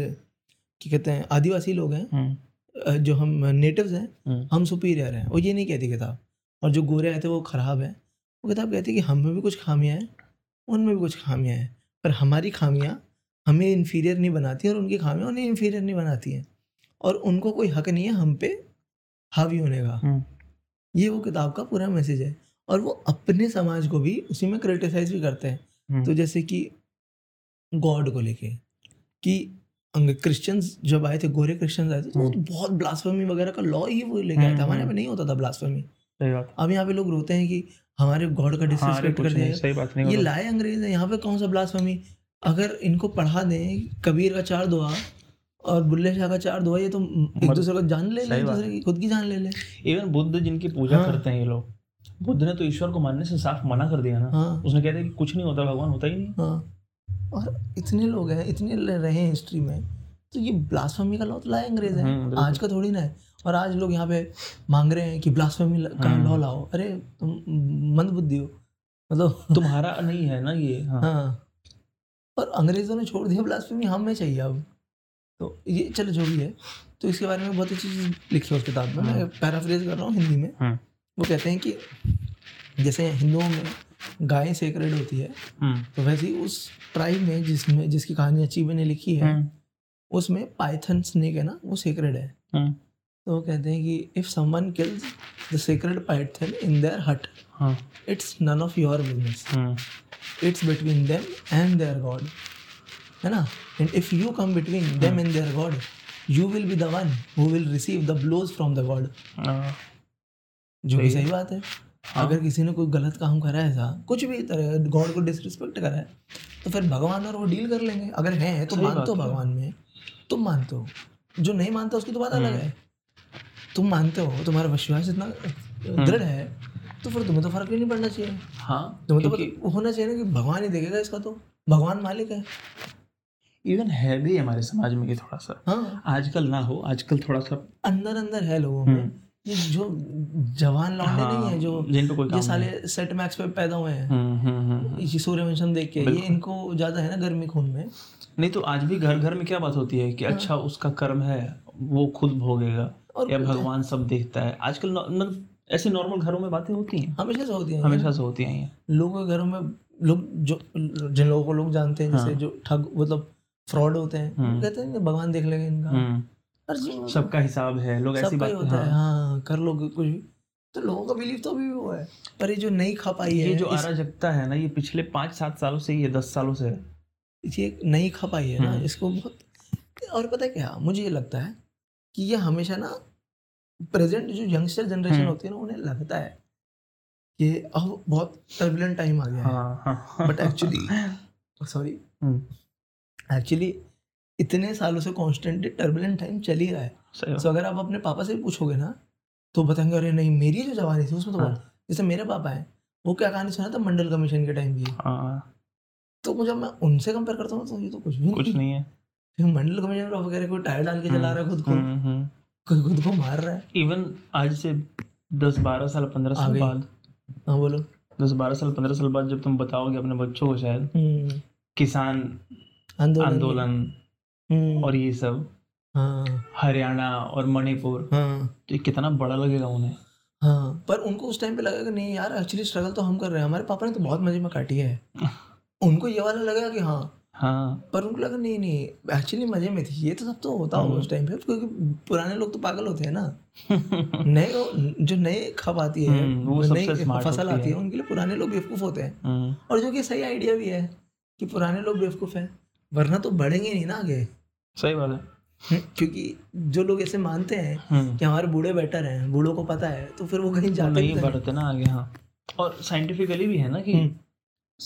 Speaker 2: क्या कहते हैं आदिवासी लोग हैं
Speaker 1: हम्म,
Speaker 2: अ, जो हम नेटिव्स हैं
Speaker 1: हम्म,
Speaker 2: हम सुपीरियर हैं वो ये नहीं कहती किताब और जो गोरे आए थे वो ख़राब हैं वो किताब कहती है कि हम में भी कुछ खामियां हैं उनमें भी कुछ खामियां हैं पर हमारी खामियां हमें इन्फीरियर नहीं बनाती और उनकी खामियां उन्हें इन्फीरियर नहीं बनाती हैं और उनको कोई हक नहीं है हम पे हावी होने का
Speaker 1: हम्म।
Speaker 2: ये वो किताब का पूरा मैसेज है और वो अपने समाज को भी उसी में क्रिटिसाइज भी करते हैं
Speaker 1: हम्म।
Speaker 2: तो जैसे कि गॉड को लेके कि क्रिश्चियंस जब आए थे गोरे क्रिश्चियंस आए थे तो वो
Speaker 1: हम्म।
Speaker 2: बहुत ब्लास्फेमी वगैरह का लॉ ही वो लेके आया था हमारे यहाँ पे नहीं होता था ब्लास्फेमी
Speaker 1: सही बात है।
Speaker 2: अब यहाँ पे लोग रोते हैं कि हमारे गॉड का
Speaker 1: हाँ, अरे
Speaker 2: डिसरिस्पेक्ट
Speaker 1: कुछ
Speaker 2: कर
Speaker 1: नहीं,
Speaker 2: दिया
Speaker 1: सही बात
Speaker 2: ये
Speaker 1: नहीं करो।
Speaker 2: लाए अंग्रेज हैं यहाँ पे कौन सा ब्लास्फेमी अगर इनको पढ़ा दें कबीर का चार दुआ और बुल्ले शाह का चार दुआ ये तो एक
Speaker 1: मर-
Speaker 2: दूसरे का जान ले ले
Speaker 1: सही
Speaker 2: एक
Speaker 1: बात
Speaker 2: दूसरे की खुद की जान ले ले
Speaker 1: इवन बुद्ध जिनकी पूजा
Speaker 2: हाँ।
Speaker 1: करते हैं ये लोग बुद्ध ने तो ईश्वर को मानने से साफ मना कर दिया ना
Speaker 2: हाँ
Speaker 1: उसने कहते कि कुछ नहीं होता भगवान होता ही नहीं
Speaker 2: हाँ और इतने लोग हैं इतने ल- रहे हैं हिस्ट्री में तो ये ब्लास्फेमी का लॉ तो लाए अंग्रेज
Speaker 1: हम्म,
Speaker 2: हैं
Speaker 1: बिल्कुल।
Speaker 2: आज का थोड़ी ना है और आज लोग यहाँ पे मांग रहे हैं कि ब्लास्फेमी ल- का
Speaker 1: हम्म।
Speaker 2: लॉ लाओ अरे तुम मंद बुद्धि हो मतलब
Speaker 1: तुम्हारा नहीं है ना ये हाँ
Speaker 2: हाँ और अंग्रेजों ने छोड़ दिया ब्लास्फेमी हमें चाहिए अब तो ये चलो जो भी है तो इसके बारे में बहुत अच्छी चीज़ लिखी है उस किताब में मैं
Speaker 1: हाँ।
Speaker 2: पैराफ्रेज कर रहा हूँ हिंदी में
Speaker 1: हम्म।
Speaker 2: वो कहते हैं कि जैसे हिंदुओं में गाय सेक्रेड होती है
Speaker 1: हम्म,
Speaker 2: तो वैसे ही उस ट्राइब में जिसमें जिसकी कहानी अचीव ने लिखी है
Speaker 1: हम्म,
Speaker 2: उसमें पाइथन स्नेक है ना वो सेक्रेड है
Speaker 1: हम्म,
Speaker 2: तो वो कहते हैं कि if someone kills the sacred python in their hut
Speaker 1: हाँ,
Speaker 2: it's none of your business
Speaker 1: hmm,
Speaker 2: it's between them and their god है ना and if you come between them and their god you will be the one who will receive the blows from the god
Speaker 1: हाँ,
Speaker 2: जो कि
Speaker 1: सही है। हाँ।
Speaker 2: सही बात है अगर किसी ने कोई गलत काम करा है ऐसा कुछ भी तरह गॉड को डिसरिस्पेक्ट करा है तो फिर भगवान और वो डील कर लेंगे अगर है तो
Speaker 1: सही बात
Speaker 2: मानते हो
Speaker 1: है।
Speaker 2: भगवान में तुम मानते हो जो नहीं मानता उसकी तो बात
Speaker 1: हम्म।
Speaker 2: अलग है तुम मानते हो तुम्हारा विश्वास इतना
Speaker 1: हम्म।
Speaker 2: दृढ़ है तो फिर तुम्हें तो फर्क ही नहीं पड़ना चाहिए
Speaker 1: हाँ
Speaker 2: तुम्हें तो
Speaker 1: क्योंकि
Speaker 2: पता- होना चाहिए ना कि भगवान ही देखेगा इसका तो भगवान मालिक है
Speaker 1: इवन है भी हमारे समाज में ये थोड़ा सा
Speaker 2: हाँ
Speaker 1: आजकल ना हो आजकल थोड़ा सा
Speaker 2: अंदर अंदर है लोगों में ये जो जवान
Speaker 1: हम्म।
Speaker 2: लौंडे
Speaker 1: हाँ,
Speaker 2: नहीं है जो
Speaker 1: जिन पे कोई काम
Speaker 2: ये
Speaker 1: नहीं।
Speaker 2: साले सेट मैक्स पे पैदा हुए हैं
Speaker 1: हम्म, हम्म, हम्म।
Speaker 2: ये सूर्यवंशम देख के ये इनको ज्यादा है ना गर्मी खून में
Speaker 1: नहीं तो आज भी घर घर में क्या बात होती है कि अच्छा उसका कर्म है वो खुद भोगेगा
Speaker 2: और
Speaker 1: या भगवान सब देखता है आजकल नॉ- मतलब ऐसे नॉर्मल घरों में बातें होती हैं
Speaker 2: हमेशा से होती है
Speaker 1: हमेशा से होती आई हैं हाँ।
Speaker 2: लोगों के घरों में लोग जो जिन लोगों को लोग जानते हैं जैसे जो ठग मतलब फ्रॉड होते हैं
Speaker 1: हम्म।
Speaker 2: कहते हैं "नहीं, भगवान देख लेगा इनका
Speaker 1: हम्म,
Speaker 2: और जो-
Speaker 1: सबका हिसाब है लोग ऐसी
Speaker 2: सबका ही
Speaker 1: बात
Speaker 2: होता है हाँ कर लो कुछ भी तो लोगों का बिलीव तो अभी भी वो है पर ये जो नहीं खा पाई है
Speaker 1: हाँ, ये जो
Speaker 2: इस-
Speaker 1: अराजकता है ना ये पिछले पाँच सात सालों से ही है दस सालों से है
Speaker 2: ये नहीं खा पाई है ना
Speaker 1: हम्म।
Speaker 2: इसको बहुत और पता है क्या मुझे ये लगता है कि ये हमेशा ना प्रेजेंट जो यंगस्टर जनरेशन
Speaker 1: हम्म।
Speaker 2: होती है ना उन्हें लगता है कि अब बहुत टर्बुलेंट टाइम आ गया है
Speaker 1: हाँ, हाँ।
Speaker 2: But actually sorry
Speaker 1: hmm,
Speaker 2: actually इतने सालों से कॉन्स्टेंटली टर्बुलेंट टाइम चल ही रहा है
Speaker 1: सही बात।
Speaker 2: सो अगर आप अपने पापा से भी पूछोगे ना तो बताएंगे अरे नहीं मेरी जो जवानी थी उसमें तो
Speaker 1: हाँ।
Speaker 2: बहुत जैसे मेरे पापा है वो क्या कहानी सुना था मंडल कमीशन के टाइम की
Speaker 1: हाँ
Speaker 2: तो मुझे मैं उनसे कंपेयर करता हूँ तो ये तो कुछ भी
Speaker 1: कुछ
Speaker 2: नहीं
Speaker 1: नहीं है
Speaker 2: फिर मंडल कमीशन का वगैरह कोई टायर डाल के चला रहा है खुद को
Speaker 1: हम्म, हम्म।
Speaker 2: कोई खुद को मार रहा है
Speaker 1: इवन आज से दस बारह साल पंद्रह
Speaker 2: आ
Speaker 1: साल
Speaker 2: गई।
Speaker 1: बाद
Speaker 2: हाँ बोलो
Speaker 1: दस बारह साल पंद्रह साल बाद जब तुम बताओगे अपने बच्चों को शायद
Speaker 2: हम्म,
Speaker 1: किसान
Speaker 2: आंदोलन
Speaker 1: आंदोलन
Speaker 2: हम्म,
Speaker 1: और ये सब
Speaker 2: हाँ
Speaker 1: हरियाणा और मणिपुर
Speaker 2: हाँ
Speaker 1: तो ये कितना बड़ा लगेगा उन्हें
Speaker 2: हाँ पर उनको उस टाइम पे लगा कि नहीं यार एक्चुअली स्ट्रगल तो हम कर रहे हैं हमारे पापा ने तो बहुत मजे में काटी है उनको ये वाला लगा कि हाँ
Speaker 1: हाँ
Speaker 2: पर उनको लगा नहीं नहीं एक्चुअली मजे में थी ये तो सब तो होता होगा उस टाइम पे क्योंकि पुराने लोग तो पागल होते हैं ना
Speaker 1: हम्म,
Speaker 2: नए जो नए खप आती है
Speaker 1: हम्म, वो
Speaker 2: नई
Speaker 1: सबसे smart
Speaker 2: फसल
Speaker 1: होती
Speaker 2: आती है
Speaker 1: है।
Speaker 2: उनके लिए पुराने लोग बेवकूफ़ होते हैं
Speaker 1: हम्म,
Speaker 2: और जो कि सही आइडिया भी है कि पुराने लोग बेवकूफ़ हैं वरना तो बढ़ेंगे नहीं ना आगे
Speaker 1: सही बात है
Speaker 2: क्योंकि जो लोग ऐसे मानते हैं
Speaker 1: हम्म,
Speaker 2: कि हमारे बूढ़े बेटर हैं बूढ़ों को पता है तो फिर वो कहीं
Speaker 1: वो
Speaker 2: जाते
Speaker 1: नहीं
Speaker 2: नहीं हैं।
Speaker 1: बढ़ते ना आगे हाँ और साइंटिफिकली भी है ना कि
Speaker 2: हम्म।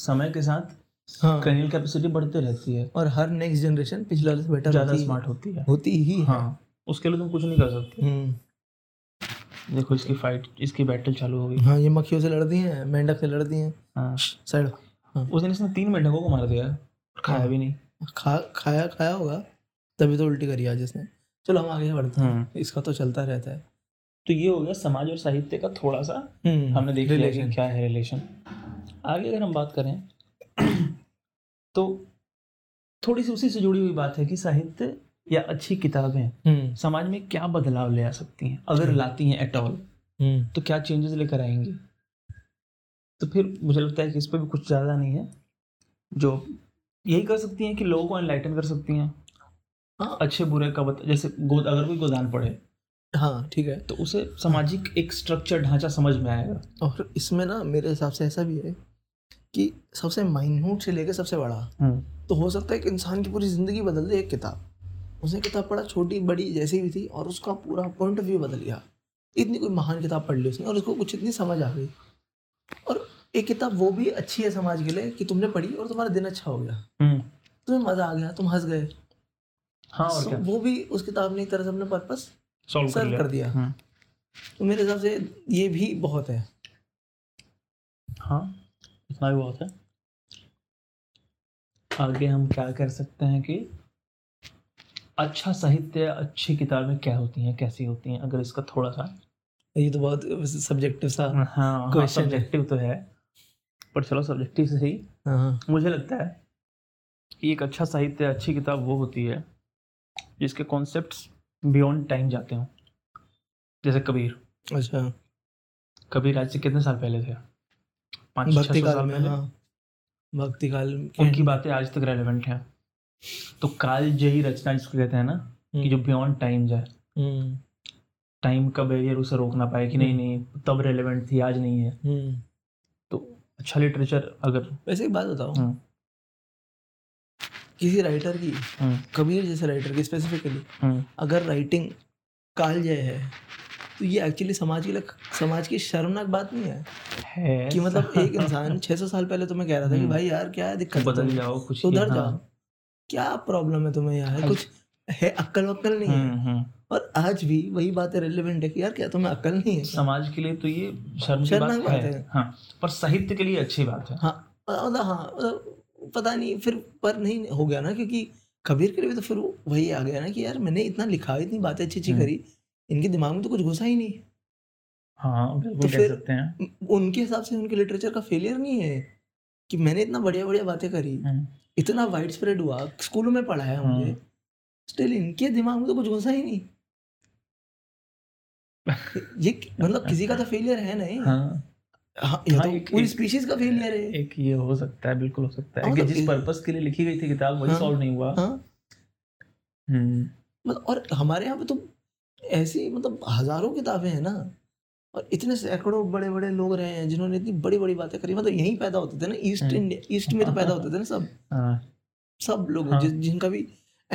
Speaker 1: समय के साथ
Speaker 2: हाँ
Speaker 1: क्रेनियल कैपेसिटी बढ़ती रहती है
Speaker 2: और हर नेक्स्ट जनरेशन पिछला से बेटर
Speaker 1: ज़्यादा
Speaker 2: होती,
Speaker 1: स्मार्ट होती है
Speaker 2: होती ही है।
Speaker 1: हाँ उसके लिए तुम कुछ नहीं कर सकते
Speaker 2: हम्म।
Speaker 1: देखो इसकी फाइट इसकी बैटल चालू हो गई
Speaker 2: हाँ ये मक्खियों से लड़ती हैं मेंढक से लड़ती हैं
Speaker 1: हाँ
Speaker 2: साइड
Speaker 1: उस दिन इसने तीन मेंढकों को मार दिया और खाया भी नहीं
Speaker 2: खा खाया खाया होगा तभी तो उल्टी करी आज इसने चलो हम आगे बढ़ते हैं
Speaker 1: हाँ।
Speaker 2: इसका तो चलता रहता है
Speaker 1: तो ये हो गया समाज और साहित्य का थोड़ा सा
Speaker 2: हम्म,
Speaker 1: हमने देख लिया कि
Speaker 2: relation।
Speaker 1: क्या है रिलेशन आगे अगर हम बात करें तो थोड़ी सी उसी से जुड़ी हुई बात है कि साहित्य या अच्छी किताबें
Speaker 2: हम्म,
Speaker 1: समाज में क्या बदलाव ले आ सकती हैं अगर लाती हैं एट ऑल
Speaker 2: हम्म,
Speaker 1: तो क्या चेंजेस लेकर आएंगी तो फिर मुझे लगता है कि इस पर भी कुछ ज़्यादा नहीं है जो यही कर सकती हैं कि लोगों को एनलाइटन कर सकती हैं
Speaker 2: हाँ।
Speaker 1: अच्छे बुरे का बता जैसे गोद अगर कोई गोदान पढ़े
Speaker 2: हाँ ठीक है
Speaker 1: तो उसे सामाजिक एक स्ट्रक्चर ढांचा समझ में आएगा
Speaker 2: और इसमें ना मेरे हिसाब से ऐसा भी है कि सबसे माइन्यूट से लेकर सबसे बड़ा
Speaker 1: हम्म।
Speaker 2: तो हो सकता है कि इंसान की पूरी ज़िंदगी बदल दे एक किताब उसने किताब पढ़ा छोटी बड़ी जैसी भी थी और उसका पूरा पॉइंट ऑफ व्यू बदल गया इतनी कोई महान किताब पढ़ ली उसने और उसको कुछ इतनी समझ आ गई और एक किताब वो भी अच्छी है समाज के लिए कि तुमने पढ़ी और तुम्हारा दिन अच्छा हो गया तुम्हें मज़ा आ गया तुम हंस गए
Speaker 1: हम्म। हाँ और
Speaker 2: So,
Speaker 1: क्या
Speaker 2: वो भी उस किताब ने एक तरह से अपना पर्पस
Speaker 1: सॉल्व कर
Speaker 2: सर्व
Speaker 1: लिया
Speaker 2: कर दिया
Speaker 1: हम्म।
Speaker 2: तो मेरे हिसाब से ये भी बहुत है
Speaker 1: हाँ इतना भी बहुत है आगे हम क्या कर सकते हैं कि अच्छा साहित्य अच्छी किताबें क्या होती हैं कैसी होती हैं अगर इसका थोड़ा सा
Speaker 2: ये तो बहुत सब्जेक्टिव सा
Speaker 1: हाँ
Speaker 2: Question है।
Speaker 1: सब्जेक्टिव तो है पर चलो सब्जेक्टिव से ही
Speaker 2: हाँ
Speaker 1: मुझे लगता है कि एक अच्छा साहित्य अच्छी किताब वो होती है जिसके कॉन्सेप्ट्स बियॉन्ड टाइम जाते हों जैसे कबीर
Speaker 2: अच्छा
Speaker 1: कबीर आज से कितने साल पहले थे पाँच छह सौ
Speaker 2: भक्ति काल
Speaker 1: साल
Speaker 2: में
Speaker 1: पहले
Speaker 2: हाँ भक्ति काल के-
Speaker 1: उनकी बातें आज तक रेलेवेंट हैं तो कालजयी रचना जिसको कहते हैं ना कि जो बियॉन्ड टाइम जाए
Speaker 2: हम्म,
Speaker 1: टाइम का बैरियर उसे रोक ना पाए कि नहीं नहीं तब रेलेवेंट थी आज नहीं है
Speaker 2: हम्म।
Speaker 1: तो अच्छा लिटरेचर अगर
Speaker 2: वैसे एक बात बताओ
Speaker 1: हम्म,
Speaker 2: किसी राइटर की
Speaker 1: हम्म,
Speaker 2: कबीर जैसे राइटर की स्पेसिफिकली
Speaker 1: हम्म,
Speaker 2: अगर राइटिंग कालजय है तो ये एक्चुअली समाज के लिए समाज की शर्मनाक बात नहीं है
Speaker 1: है
Speaker 2: कि मतलब एक इंसान 600 साल पहले तुम्हें कह रहा
Speaker 1: हम्म।
Speaker 2: था कि भाई यार क्या दिक्कत है
Speaker 1: बदल
Speaker 2: तुम्हें?
Speaker 1: जाओ कुछ हाँ।
Speaker 2: सुधर
Speaker 1: यहाँ।
Speaker 2: तो जाओ क्या प्रॉब्लम है तुम्हें यार कुछ है अक्ल वक्ल नहीं है
Speaker 1: हम्म, हम्म।
Speaker 2: और आज भी वही बातें रेलिवेंट है कि यार क्या तुम्हें अक्ल नहीं है
Speaker 1: समाज के लिए तो ये शर्म की
Speaker 2: शर्मनाक
Speaker 1: बात
Speaker 2: बात
Speaker 1: है
Speaker 2: है।
Speaker 1: हाँ पर साहित्य के लिए अच्छी बात है
Speaker 2: हाँ मतलब हाँ मतलब पता नहीं फिर पर नहीं हो गया ना क्योंकि कबीर के लिए भी तो फिर वो वही आ गया ना कि यार मैंने इतना लिखा इतनी बातें अच्छी अच्छी
Speaker 1: हम्म।
Speaker 2: करी इनके दिमाग में तो कुछ घुसा ही नहीं
Speaker 1: हाँ
Speaker 2: तो
Speaker 1: बिल्कुल कह
Speaker 2: फिर-
Speaker 1: सकते हैं
Speaker 2: उनके हिसाब से उनके लिटरेचर का फेलियर नहीं है कि मैंने इतना बढ़िया बढ़िया बातें करी
Speaker 1: हम्म,
Speaker 2: इतना वाइड स्प्रेड हुआ स्कूलों में पढ़ाया
Speaker 1: हाँ।
Speaker 2: मुझे स्टिल इनके दिमाग में तो कुछ घुसा ही नहीं ये कि- मतलब किसी का तो फेलियर है नहीं
Speaker 1: अच्छा। हाँ
Speaker 2: हाँ, ये
Speaker 1: हाँ,
Speaker 2: तो
Speaker 1: एक-
Speaker 2: पूरी
Speaker 1: एक-
Speaker 2: स्पीशीज का फेलियर है
Speaker 1: एक ये हो सकता है बिल्कुल हो सकता है
Speaker 2: हाँ,
Speaker 1: कि
Speaker 2: मतलब
Speaker 1: जिस
Speaker 2: कि-
Speaker 1: पर्पस के लिए लिखी गई थी किताब वही
Speaker 2: हाँ,
Speaker 1: सॉल्व नहीं हुआ
Speaker 2: हाँ
Speaker 1: हम्म,
Speaker 2: मतलब और हमारे यहाँ पे तो ऐसी मतलब हजारों किताबें हैं ना और इतने सैकड़ों बड़े बड़े लोग रहे हैं जिन्होंने इतनी बड़ी बड़ी बातें करी मतलब यहीं पैदा होते थे ना ईस्ट
Speaker 1: हम्म।
Speaker 2: इंडिया ईस्ट में तो पैदा होते थे ना सब
Speaker 1: हाँ,
Speaker 2: सब लोग
Speaker 1: हाँ।
Speaker 2: जिस जिनका भी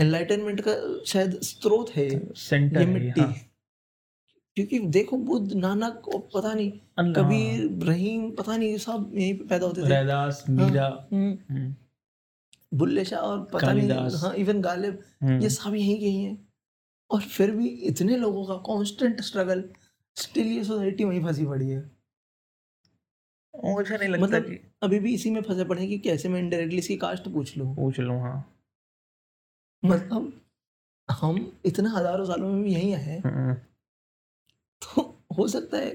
Speaker 2: एनलाइटनमेंट का शायद स्रोत है ये
Speaker 1: सेंटर
Speaker 2: ये
Speaker 1: है,
Speaker 2: मिट्टी
Speaker 1: हाँ,
Speaker 2: क्योंकि देखो बुद्ध नानक और पता नहीं
Speaker 1: अल्लाह,
Speaker 2: कबीर
Speaker 1: हाँ।
Speaker 2: रहीम पता नहीं सब यहीं पे पैदा होते थे
Speaker 1: रैदास मीरा
Speaker 2: हम्म,
Speaker 1: हम्म,
Speaker 2: बुल्ले शाह और पता नहीं
Speaker 1: कालिदास।
Speaker 2: हाँ इवन गालिब
Speaker 1: हम्म,
Speaker 2: ये सब यहीं के ही हैं और फिर भी इतने लोगों का कांस्टेंट स्ट्रगल स्टिल ये सोसाइटी वहीं फंसी पड़ी है
Speaker 1: मुझे नहीं लगता
Speaker 2: मतलब-
Speaker 1: कि
Speaker 2: अभी भी इसी में फंसे पड़े हैं कि कैसे मैं इनडायरेक्टली इसकी कास्ट पूछ लूँ
Speaker 1: पूछ लूं हाँ
Speaker 2: मतलब हम इतना हजारों सालों में भी यहीं आए हैं
Speaker 1: हम्म,
Speaker 2: तो हो सकता है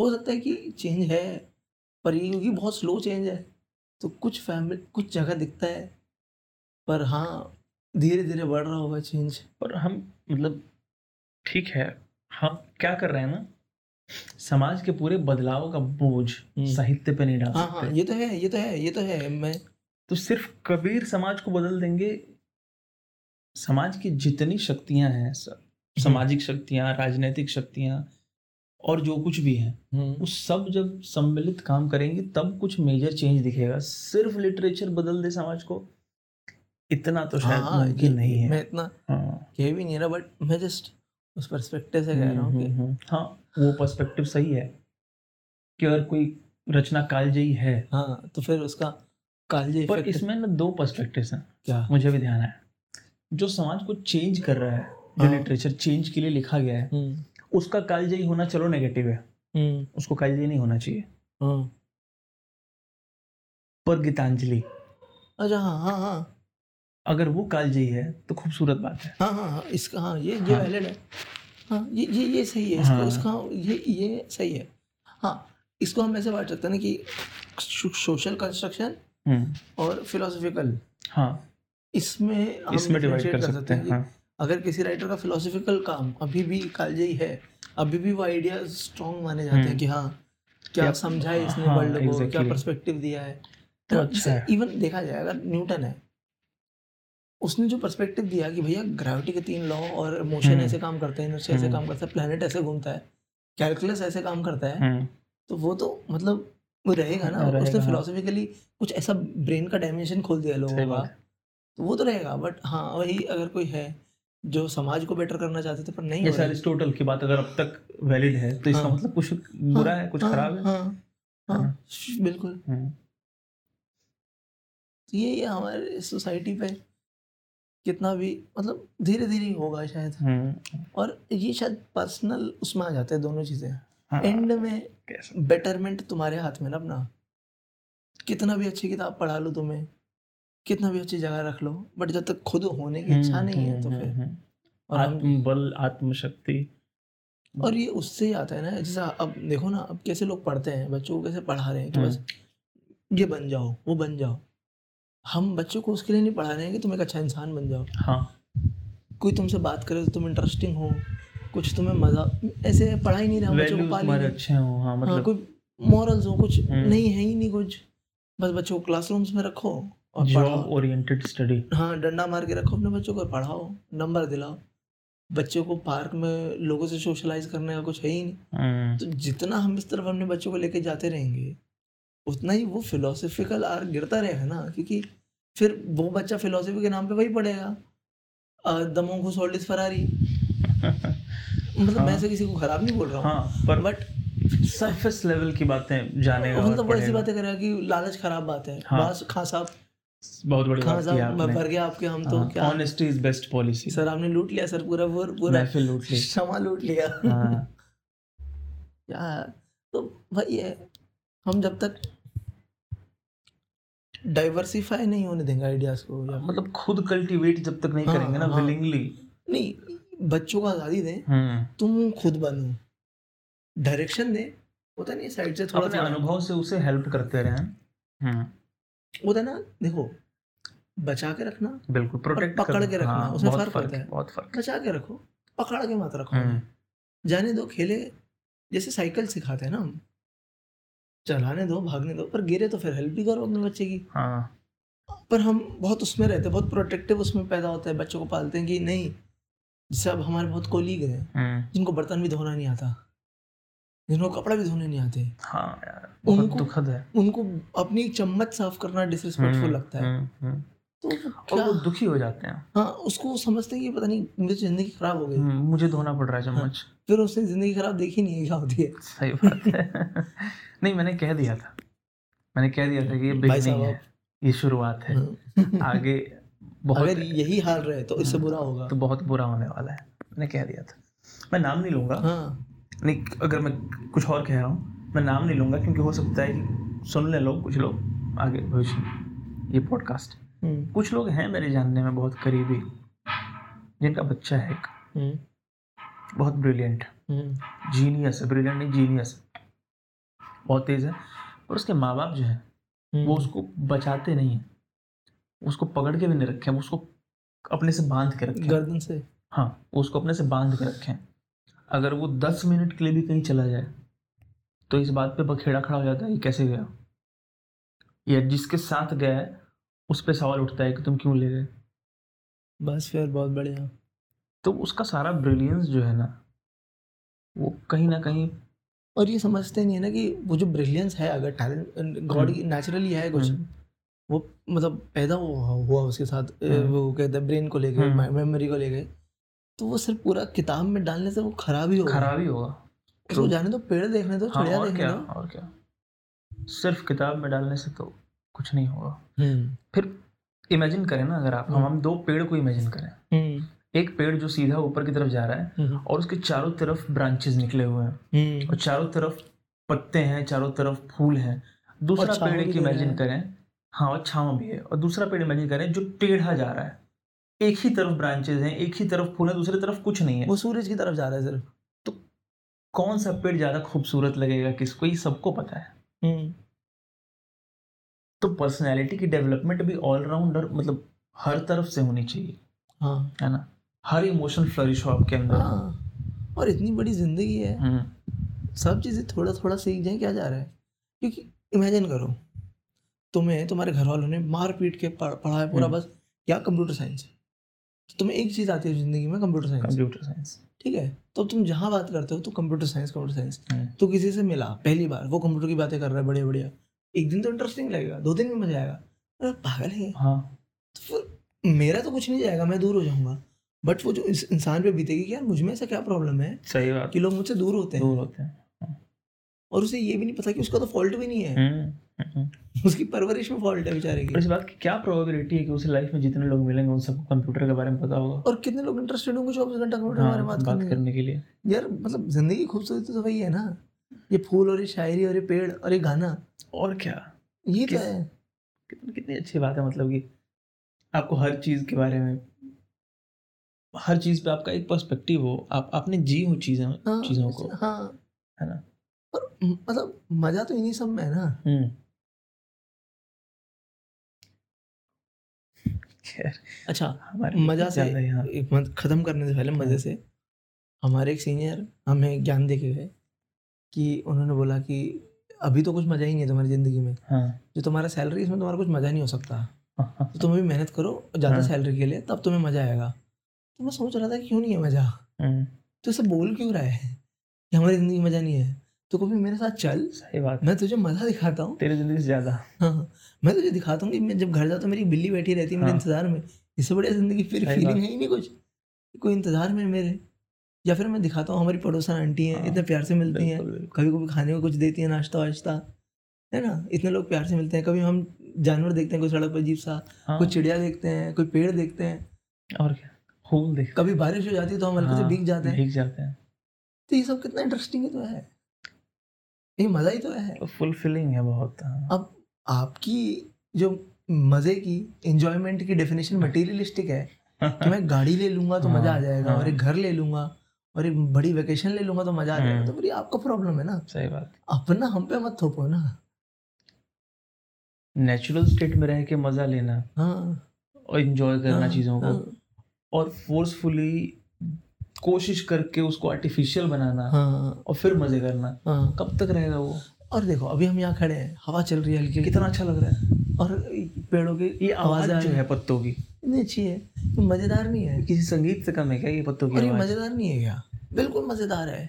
Speaker 2: हो सकता है कि चेंज है पर ये क्योंकि बहुत स्लो चेंज है तो कुछ फैमिली कुछ जगह दिखता है पर हाँ धीरे धीरे बढ़ रहा होगा चेंज
Speaker 1: पर हम मतलब ठीक है हम क्या कर रहे हैं ना समाज के पूरे बदलाव का बोझ साहित्य पे नहीं डाल
Speaker 2: हम्म। हाँ हाँ
Speaker 1: सकते
Speaker 2: ये तो है ये तो है ये तो है मैं
Speaker 1: तो सिर्फ कबीर समाज को बदल देंगे समाज की जितनी शक्तियां हैं स-
Speaker 2: हम्म।
Speaker 1: सामाजिक शक्तियां राजनीतिक शक्तियां और जो कुछ भी है वो सब जब सम्मिलित काम करेंगे तब कुछ मेजर चेंज दिखेगा सिर्फ लिटरेचर बदल दे समाज को इतना तो शायद
Speaker 2: हाँ
Speaker 1: मुमकिन नहीं है
Speaker 2: मैं इतना
Speaker 1: हाँ
Speaker 2: कह भी नहीं रहा बट मैं जस्ट उस परस्पेक्टिव से तो कह रहा हूँ कि
Speaker 1: हम्म, हम्म, हाँ वो पर्सपेक्टिव सही है कि अगर कोई रचना कालजयी है
Speaker 2: हाँ तो फिर उसका कालजे
Speaker 1: हम्म। पर
Speaker 2: इफेक्ट
Speaker 1: इसमें ना दो पर्सपेक्टिव्स हैं
Speaker 2: क्या
Speaker 1: मुझे भी ध्यान आया जो समाज को चेंज कर रहा है जो
Speaker 2: हाँ।
Speaker 1: लिटरेचर चेंज के लिए लिखा गया है
Speaker 2: हम्म
Speaker 1: उसका कालजयी होना चलो नेगेटिव है
Speaker 2: हम्म
Speaker 1: उसको कालजयी नहीं होना चाहिए
Speaker 2: हाँ
Speaker 1: पर गीतांजलि
Speaker 2: अच्छा हाँ हाँ हाँ
Speaker 1: अगर वो कालजयी है तो खूबसूरत बात है
Speaker 2: हाँ हाँ हाँ, इसका हाँ ये ये
Speaker 1: हाँ।
Speaker 2: वैलिड है हाँ ये ये ये सही है इसका
Speaker 1: हाँ।
Speaker 2: इसका ये ये सही है हाँ इसको हम ऐसे बांट सकते हैं ना कि सो- सोशल कंस्ट्रक्शन
Speaker 1: हम्म,
Speaker 2: और फिलोसफिकल
Speaker 1: हाँ
Speaker 2: इसमें हम
Speaker 1: इसमें डिवाइड
Speaker 2: differentiate
Speaker 1: कर सकते हैं
Speaker 2: कि
Speaker 1: हाँ
Speaker 2: अगर किसी राइटर का फिलोसफिकल काम अभी भी कालजयी है अभी भी वो आइडियाज स्ट्रॉन्ग माने जाते हैं
Speaker 1: हम्म।
Speaker 2: कि हाँ क्या
Speaker 1: क्या-
Speaker 2: समझा है इसने
Speaker 1: हाँ,
Speaker 2: वर्ल्ड को क्या
Speaker 1: exactly.
Speaker 2: पर्सपेक्टिव दिया है
Speaker 1: तो अच्छा है
Speaker 2: इवन देखा जाए अगर न्यूटन है उसने जो पर्सपेक्टिव दिया कि भैया ग्रेविटी के तीन लॉ और मोशन
Speaker 1: हम्म।
Speaker 2: ऐसे काम करते हैं इनर्शिया ऐसे
Speaker 1: हम्म।
Speaker 2: काम करता है प्लेनेट ऐसे घूमता है कैलकुलस ऐसे काम करता है
Speaker 1: हम्म,
Speaker 2: तो वो तो मतलब वो रहेगा ना उसने
Speaker 1: हाँ, रहेगा।
Speaker 2: फिलोसफिकली कुछ ऐसा ब्रेन का डायमेंशन खोल दिया
Speaker 1: सही
Speaker 2: लोगों का
Speaker 1: बात है।
Speaker 2: तो वो तो रहेगा बट हाँ वही अगर कोई है जो समाज को बेटर करना चाहते थे पर नहीं हो
Speaker 1: जैसे
Speaker 2: रहा।
Speaker 1: अरिस्टोटल की बात अगर अब तक वैलिड है तो इसका
Speaker 2: हाँ।
Speaker 1: मतलब कुछ बुरा है कुछ
Speaker 2: हाँ,
Speaker 1: खराब है
Speaker 2: हाँ हाँ
Speaker 1: हाँ।
Speaker 2: श- बिल्कुल
Speaker 1: हम्म,
Speaker 2: तो ये ये हमारे सोसाइटी पे कितना भी मतलब धीरे धीरे होगा शायद
Speaker 1: हम्म,
Speaker 2: और ये शायद पर्सनल उसमें आ जाते हैं दोनों चीज़ें
Speaker 1: हाँ,
Speaker 2: एंड में
Speaker 1: कैसा-
Speaker 2: बेटरमेंट तुम्हारे हाथ में ना अपना कितना भी अच्छी किताब पढ़ा लो तुम्हें कितना भी अच्छी जगह रख लो बट जब तक खुद होने की इच्छा
Speaker 1: हम्म,
Speaker 2: नहीं है तो
Speaker 1: हम्म,
Speaker 2: फिर
Speaker 1: हम्म,
Speaker 2: और हम
Speaker 1: आत्मबल आत्मशक्ति
Speaker 2: और ये उससे ही आता है ना जैसा अब देखो ना अब कैसे लोग पढ़ते हैं बच्चों को कैसे पढ़ा रहे हैं
Speaker 1: हम्म।
Speaker 2: कि बस ये बन जाओ वो बन जाओ हम बच्चों को उसके लिए नहीं पढ़ा रहे हैं कि तुम एक अच्छा इंसान बन जाओ
Speaker 1: हाँ
Speaker 2: कोई तुमसे बात करे तो तुम इंटरेस्टिंग हो कुछ तुम्हें मजा ऐसे पढ़ा ही नहीं रहा बच्चों
Speaker 1: वैल्यूज
Speaker 2: को पाल ही
Speaker 1: हमारे
Speaker 2: नहीं।
Speaker 1: अच्छे हों हाँ
Speaker 2: हाँ
Speaker 1: मतलब
Speaker 2: कोई मॉरल्स हो कुछ
Speaker 1: हम्म।
Speaker 2: नहीं है ही नहीं कुछ बस बच्चों को क्लासरूम्स में रखो और
Speaker 1: जॉब
Speaker 2: पढ़ाओ
Speaker 1: ओरिएंटेड स्टडी
Speaker 2: हाँ डंडा मार के रखो अपने बच्चों को पढ़ाओ नंबर दिलाओ बच्चों को पार्क में लोगों से सोशलाइज करने का कुछ है ही नहीं
Speaker 1: हम्म।
Speaker 2: तो जितना हम इस तरफ अपने बच्चों को लेके जाते रहेंगे उतना ही वो फिलोसफिकल आर गिरता रहेगा ना क्योंकि फिर वो बच्चा फिलोसफी के नाम पे वही पढ़ेगा दमों घुस होल्डिस फरारी मतलब मैं
Speaker 1: हाँ।
Speaker 2: ऐसे किसी को खराब नहीं बोल रहा हूँ
Speaker 1: हाँ पर
Speaker 2: बट
Speaker 1: सरफेस लेवल की बातें जानेगा और
Speaker 2: मतलब वो ऐसी
Speaker 1: पढ़ेगा।
Speaker 2: बातें करेगा कि लालच खराब बात है
Speaker 1: हाँ।
Speaker 2: बस खां साहब
Speaker 1: बहुत बड़ी
Speaker 2: खां
Speaker 1: बात की
Speaker 2: साहब मैं
Speaker 1: आपने हाँ,
Speaker 2: भर गया आपके हम तो क्या
Speaker 1: honesty is best policy
Speaker 2: sir आपने लूट लिया सर पूरा वो पूरा
Speaker 1: महफिल लूट ली
Speaker 2: क्षमा लूट लिया
Speaker 1: हाँ
Speaker 2: यार तो भाई है हम जब तक डाइवर्सिफाई नहीं होने देंगे आइडियाज को या
Speaker 1: मतलब खुद कल्टीवेट जब तक नहीं
Speaker 2: हाँ,
Speaker 1: करेंगे ना
Speaker 2: हाँ।
Speaker 1: विलिंगली
Speaker 2: नहीं बच्चों को आज़ादी दें
Speaker 1: हम्म।
Speaker 2: तुम खुद बनो डायरेक्शन दें होता नहीं साइड से थोड़ा
Speaker 1: अपने
Speaker 2: थोड़ा
Speaker 1: अनुभव से उसे हेल्प करते रहें हम्म,
Speaker 2: होता है ना देखो बचा के रखना
Speaker 1: बिल्कुल प्रोटेक्ट
Speaker 2: पकड़ के रखना, उसमें फर्क होता है।
Speaker 1: बहुत फर्क
Speaker 2: बचा के रखो पकड़ के मत रखो
Speaker 1: हम्म,
Speaker 2: जाने दो खेले जैसे साइकिल सिखाते हैं ना हम चलाने दो भागने दो पर गिरे तो फिर हेल्प भी करो अपने बच्चे की
Speaker 1: हाँ
Speaker 2: पर हम बहुत उसमें रहते हैं बहुत प्रोटेक्टिव उसमें पैदा होते हैं बच्चों को पालते हैं कि नहीं जैसे अब हमारे बहुत कोलीग हैं
Speaker 1: हम्म।
Speaker 2: जिनको बर्तन भी धोना नहीं आता जिनको कपड़ा भी धोने नहीं आते
Speaker 1: हाँ यार बहुत
Speaker 2: उनको-
Speaker 1: दुखद है
Speaker 2: उनको अपनी चम्मच साफ करना डिसरिस्पेक्टफुल
Speaker 1: हम्म,
Speaker 2: लगता है
Speaker 1: हम्म, हम्म।
Speaker 2: तो वो
Speaker 1: और वो
Speaker 2: क्या-
Speaker 1: दुखी हो जाते हैं
Speaker 2: हाँ उसको समझते हैं कि पता नहीं मेरी जिंदगी खराब हो गई
Speaker 1: हम्म, मुझे धोना पड़ रहा है चम्मच
Speaker 2: फिर उसने जिंदगी खराब देखी नहीं है क्या होती है
Speaker 1: सही बात है नहीं मैंने कह दिया था मैंने कह दिया था कि ये
Speaker 2: भाई
Speaker 1: बिगनिंग
Speaker 2: साहब
Speaker 1: है ये शुरुआत है
Speaker 2: हाँ।
Speaker 1: आगे बहुत
Speaker 2: अगर यही हाल रहे तो इससे बुरा होगा
Speaker 1: तो बहुत बुरा होने वाला है मैंने कह दिया था मैं नाम नहीं लूंगा
Speaker 2: हाँ
Speaker 1: नहीं अगर मैं कुछ और कह रहा हूँ मैं नाम नहीं लूंगा क्योंकि हो सकता है कि सुन ले लोग कुछ लोग आगे भविष्य में ये पॉडकास्ट
Speaker 2: हम्म,
Speaker 1: कुछ लोग हैं मेरे जानने में बहुत करीबी जिनका बच्चा है एक
Speaker 2: हम्म,
Speaker 1: बहुत ब्रिलियंट
Speaker 2: हम्ट
Speaker 1: जीनियस है ब्रिलियंट नहीं जीनियस है बहुत तेज़ है और उसके माँ बाप जो हैं वो उसको बचाते नहीं हैं उसको पकड़ के भी नहीं रखे हैं, वो उसको अपने से बांध के रखे हैं।
Speaker 2: गर्दन से
Speaker 1: हाँ वो उसको अपने से बांध के रखें अगर वो दस मिनट के लिए भी कहीं चला जाए तो इस बात पे बखेड़ा खड़ा हो जाता है ये कैसे गया या जिसके साथ गया है उस पर सवाल उठता है कि तुम क्यों ले गए
Speaker 2: बस फिर बहुत बढ़िया
Speaker 1: तो उसका सारा ब्रिलियंस जो है ना वो कहीं ना कहीं
Speaker 2: और ये समझते नहीं है ना कि वो जो ब्रिलियंस है अगर टैलेंट गॉड नेचुरली है कुछ
Speaker 1: हम्म,
Speaker 2: वो मतलब पैदा हुआ हुआ उसके साथ अ,
Speaker 1: हम्म।
Speaker 2: वो कहते हैं ब्रेन को लेके
Speaker 1: हम्म।
Speaker 2: मेमोरी को लेके तो वो सिर्फ पूरा किताब में डालने से वो खराब ही होगा
Speaker 1: खराब ही होगा
Speaker 2: उसको जाने दो पेड़ देखने दो
Speaker 1: हाँ
Speaker 2: चिड़िया
Speaker 1: और
Speaker 2: देखने
Speaker 1: क्या
Speaker 2: दो
Speaker 1: और क्या सिर्फ किताब में डालने से तो कुछ नहीं होगा
Speaker 2: हम्म,
Speaker 1: फिर इमेजिन करें ना अगर आप हम हम दो पेड़ को इमेजिन करें
Speaker 2: हम्म,
Speaker 1: एक पेड़ जो सीधा ऊपर की तरफ जा रहा है
Speaker 2: हम्म,
Speaker 1: और उसके चारों तरफ ब्रांचेस निकले हुए हैं
Speaker 2: हम्म,
Speaker 1: और चारों तरफ पत्ते हैं चारों तरफ फूल हैं
Speaker 2: और
Speaker 1: दूसरा
Speaker 2: छांव
Speaker 1: पेड़
Speaker 2: भी
Speaker 1: एक
Speaker 2: दे रहा
Speaker 1: इमेजिन
Speaker 2: है।
Speaker 1: करें हाँ और छाँव भी है और दूसरा पेड़ इमेजिन करें जो टेढ़ा जा रहा है एक ही तरफ ब्रांचेस हैं एक ही तरफ फूल है दूसरी तरफ कुछ नहीं है
Speaker 2: वो सूरज की तरफ जा रहा है सिर्फ
Speaker 1: कौन सा पेड़ ज़्यादा खूबसूरत लगेगा किसको ये सबको पता है
Speaker 2: हम्म,
Speaker 1: तो पर्सनैलिटी की डेवलपमेंट भी ऑलराउंडर मतलब हर तरफ से होनी चाहिए
Speaker 2: हाँ
Speaker 1: है ना हर इमोशन फ्लरिश हो आपके अंदर
Speaker 2: हाँ और इतनी बड़ी जिंदगी है
Speaker 1: हम्म,
Speaker 2: सब चीज़ें थोड़ा थोड़ा सीख जाए क्या जा रहा है क्योंकि इमेजिन करो तुम्हें तुम्हारे घर वालों ने मार पीट के पढ़- पढ़ा है पूरा
Speaker 1: हम्म।
Speaker 2: बस क्या कंप्यूटर साइंस तो तुम्हें एक चीज़ आती है ज़िंदगी में कंप्यूटर साइंस
Speaker 1: कंप्यूटर साइंस
Speaker 2: ठीक है तो तुम जहाँ बात करते हो तो कंप्यूटर साइंस कंप्यूटर साइंस
Speaker 1: हम्म।
Speaker 2: तो किसी से मिला पहली बार वो कंप्यूटर की बातें कर रहा है बढ़िया बढ़िया एक दिन तो इंटरेस्टिंग लगेगा दो दिन में मजा आएगा अरे पागल है ये।
Speaker 1: हाँ
Speaker 2: तो फिर मेरा तो कुछ नहीं जाएगा मैं दूर हो जाऊंगा बट वो जो इस इंसान पे बीतेगी कि यार मुझ में ऐसा क्या प्रॉब्लम है
Speaker 1: सही बात
Speaker 2: कि लोग मुझसे दूर होते हैं
Speaker 1: दूर होते हैं
Speaker 2: और उसे ये भी नहीं पता कि उसका तो फॉल्ट भी नहीं है
Speaker 1: हम्म, हम्म।
Speaker 2: उसकी परवरिश में फॉल्ट है बेचारे
Speaker 1: और
Speaker 2: की
Speaker 1: इस बात की क्या प्रोबेबिलिटी है कि उसे लाइफ में जितने लोग मिलेंगे उन सबको कंप्यूटर के बारे में पता होगा
Speaker 2: और कितने लोग इंटरेस्टेड होंगे चौबीस घंटा कंप्यूटर
Speaker 1: हाँ,
Speaker 2: हमारे बात करने
Speaker 1: करने के लिए
Speaker 2: में। यार मतलब जिंदगी की खूबसूरती तो वही है ना ये फूल और ये शायरी और ये पेड़ और ये गाना
Speaker 1: और क्या
Speaker 2: ये तो
Speaker 1: किस-
Speaker 2: है
Speaker 1: कितनी कितनी अच्छी बात है मतलब कि आपको हर चीज़ के बारे में हर चीज़ पे आपका एक पर्सपेक्टिव हो आप आपने जी हो चीज़ें हम्म।
Speaker 2: हाँ,
Speaker 1: चीज़ों को
Speaker 2: हाँ
Speaker 1: है ना?
Speaker 2: और म- मतलब मजा तो इन्हीं सब में है ना
Speaker 1: हम्म। खैर
Speaker 2: अच्छा
Speaker 1: हमारे
Speaker 2: मजा से-
Speaker 1: ज़्यादा हाँ। यहाँ
Speaker 2: एक मत खत्म करने से पहले
Speaker 1: हाँ।
Speaker 2: मजे से हमारे एक सीनियर हमें ज्ञान दे के गए कि उन्होंने बोला कि अभी तो कुछ मजा ही नहीं है तुम्हारी जिंदगी में
Speaker 1: हाँ
Speaker 2: जो तुम्हारा सैलरी है, इसमें तुम्हारा कुछ मजा नहीं हो सकता
Speaker 1: हाँ
Speaker 2: तो तुम भी मेहनत करो ज़्यादा
Speaker 1: हाँ।
Speaker 2: सैलरी के लिए तब तुम्हें मज़ा आएगा तो मैं सोच रहा था कि क्यों नहीं है मज़ा
Speaker 1: हम्म,
Speaker 2: तो इसे बोल क्यों रहा है कि हमारी ज़िंदगी में मज़ा नहीं है तो कभी मेरे साथ चल
Speaker 1: सही बात है
Speaker 2: मैं तुझे मज़ा दिखाता हूँ
Speaker 1: तेरी जिंदगी से ज़्यादा
Speaker 2: हाँ मैं तुझे दिखाता हूँ कि मैं जब घर जाता हूँ मेरी बिल्ली बैठी रहती है मेरे
Speaker 1: हाँ।
Speaker 2: इंतज़ार में इससे बढ़िया ज़िंदगी फिर
Speaker 1: सही
Speaker 2: फीलिंग
Speaker 1: बात।
Speaker 2: है ही नहीं कुछ कोई इंतज़ार में है मेरे या फिर मैं दिखाता हूँ हमारी पड़ोसन आंटी हैं
Speaker 1: हाँ,
Speaker 2: इतने प्यार से मिलती हैं
Speaker 1: बिल्कुल, बिल्कुल।
Speaker 2: कभी कभी खाने को कुछ देती है नाश्ता वाश्ता है ना इतने लोग प्यार से मिलते हैं कभी हम जानवर देखते हैं कोई सड़क पर अजीब सा
Speaker 1: हाँ,
Speaker 2: कोई चिड़िया देखते हैं कोई पेड़ देखते हैं
Speaker 1: और क्या फूल देख
Speaker 2: कभी बारिश हो जाती है तो हम हल्के से
Speaker 1: हाँ,
Speaker 2: भीग जाते हैं
Speaker 1: भीग जाते हैं
Speaker 2: तो ये सब कितना इंटरेस्टिंग ही तो है ये मज़ा ही तो है
Speaker 1: फुलफिलिंग है बहुत हाँ।
Speaker 2: अब आपकी जो मज़े की इंजॉयमेंट की डेफिनेशन मटेरियलिस्टिक है कि मैं गाड़ी ले लूंगा तो
Speaker 1: हाँ,
Speaker 2: मज़ा आ जाएगा
Speaker 1: हाँ।
Speaker 2: और एक घर ले लूंगा और एक बड़ी वेकेशन ले लूंगा तो मज़ा आ जाएगा
Speaker 1: हम्म।
Speaker 2: तो फिर ये आपका प्रॉब्लम है ना
Speaker 1: सही बात
Speaker 2: अपना हम पे मत थोपो ना
Speaker 1: नेचुरल स्टेट में रह के मजा लेना
Speaker 2: हाँ
Speaker 1: और इंजॉय करना
Speaker 2: हाँ,
Speaker 1: चीजों को
Speaker 2: हाँ,
Speaker 1: और फोर्सफुली कोशिश करके उसको आर्टिफिशियल बनाना
Speaker 2: हाँ
Speaker 1: और फिर मजे करना
Speaker 2: हाँ
Speaker 1: कब तक रहेगा वो
Speaker 2: और देखो अभी हम यहाँ खड़े हैं हवा चल रही है हल्की
Speaker 1: कितना अच्छा लग रहा है
Speaker 2: और पेड़ों के ये आवाज
Speaker 1: आवाज जो है पत्तों की
Speaker 2: इतनी अच्छी है तो मजेदार नहीं है
Speaker 1: किसी संगीत से कम है क्या ये पत्तों की
Speaker 2: और ये
Speaker 1: आवाज
Speaker 2: मजेदार नहीं है क्या बिल्कुल मजेदार है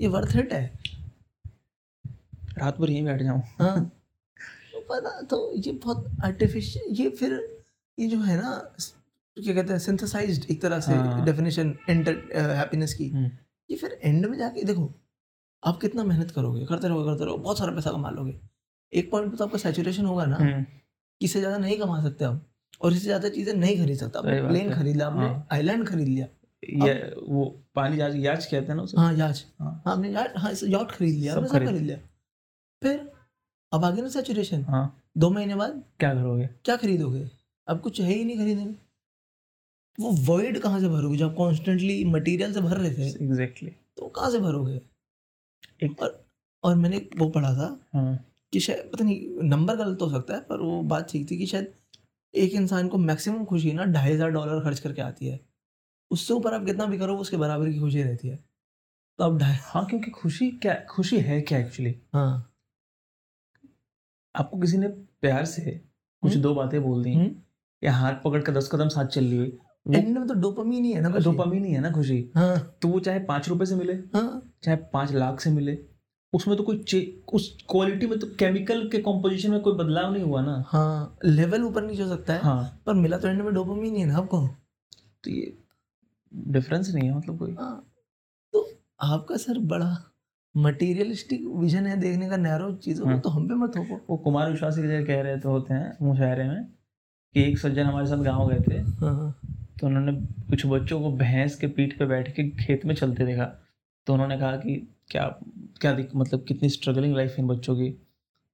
Speaker 2: ये वर्थ इट है
Speaker 1: रात भर यहीं बैठ जाऊं
Speaker 2: हाँ तो पता तो ये बहुत आर्टिफिशियल ये फिर ये जो है ना स- क्या कहते हैं सिंथेसाइज्ड एक तरह से
Speaker 1: हाँ।
Speaker 2: डेफिनेशन एंटर हैप्पीनेस की
Speaker 1: हम्म।
Speaker 2: ये फिर एंड में जाके देखो आप कितना मेहनत करोगे करते रहोगे करते रहोगे बहुत सारा पैसा कमा लोगे एक पॉइंट पे तो आपका सैचुरेशन होगा ना
Speaker 1: हम्म,
Speaker 2: कि इससे ज़्यादा नहीं कमा सकते आप और इससे ज़्यादा चीज़ें नहीं खरीद सकते
Speaker 1: सही
Speaker 2: आपने
Speaker 1: बात
Speaker 2: प्लेन
Speaker 1: है।
Speaker 2: खरीद लिया आपने
Speaker 1: हाँ।
Speaker 2: आइलैंड खरीद लिया
Speaker 1: ये वो पानी याज याज कहते हैं ना उसे
Speaker 2: हाँ याच
Speaker 1: हाँ।
Speaker 2: हाँ आपने याच हाँ यॉट खरीद लिया
Speaker 1: सब
Speaker 2: आपने सब
Speaker 1: खरीद
Speaker 2: खरीद लिया फिर अब आगे ना सैचुरेशन
Speaker 1: हाँ
Speaker 2: दो महीने बाद
Speaker 1: क्या करोगे
Speaker 2: क्या खरीदोगे अब कुछ है ही नहीं खरीदने में वो वर्ड कहाँ से भरोगे जब कॉन्स्टेंटली मटेरियल से भर रहे थे
Speaker 1: एग्जैक्टली
Speaker 2: तो कहाँ से भरोगे
Speaker 1: एक-
Speaker 2: और और मैंने एक वो पढ़ा था
Speaker 1: हाँ
Speaker 2: कि शायद पता नहीं नंबर गलत हो सकता है पर वो बात ठीक थी कि शायद एक इंसान को मैक्सिमम खुशी ना ढाई हज़ार डॉलर खर्च करके आती है उससे ऊपर आप कितना भी करो उसके बराबर की खुशी रहती है तो आप ढाई
Speaker 1: हाँ क्योंकि खुशी क्या खुशी है क्या एक्चुअली
Speaker 2: हाँ
Speaker 1: आपको किसी ने प्यार से कुछ
Speaker 2: हम्म।
Speaker 1: दो बातें बोल दी
Speaker 2: हम्म।
Speaker 1: या हाथ पकड़ कर दस कदम साथ चल लिए
Speaker 2: एंड में तो डोपामीन ही है ना खुशी।
Speaker 1: डोपामीन ही है ना खुशी
Speaker 2: हाँ
Speaker 1: तो वो चाहे पाँच रुपए से मिले
Speaker 2: हाँ
Speaker 1: चाहे पाँच लाख से मिले उसमें तो कोई चे- उस क्वालिटी में तो केमिकल के कॉम्पोजिशन में कोई बदलाव नहीं हुआ ना
Speaker 2: हाँ लेवल ऊपर नीचे हो सकता है
Speaker 1: हाँ
Speaker 2: पर मिला तो एंड में डोपामीन ही है ना आपको
Speaker 1: तो ये डिफरेंस नहीं है मतलब कोई
Speaker 2: हाँ, तो आपका सर बड़ा मटेरियलिस्टिक विजन है देखने का नैरो चीजों को
Speaker 1: हाँ।
Speaker 2: तो हम पे मत थोपो
Speaker 1: वो कुमार विश्वास की जगह कह रहे तो होते हैं मुशायरे में कि एक सज्जन हमारे साथ गांव गए थे
Speaker 2: हाँ,
Speaker 1: तो उन्होंने कुछ बच्चों को भैंस के पीठ पे बैठ के खेत में चलते देखा तो उन्होंने कहा कि क्या क्या दिक- मतलब कितनी स्ट्रगलिंग लाइफ है इन बच्चों की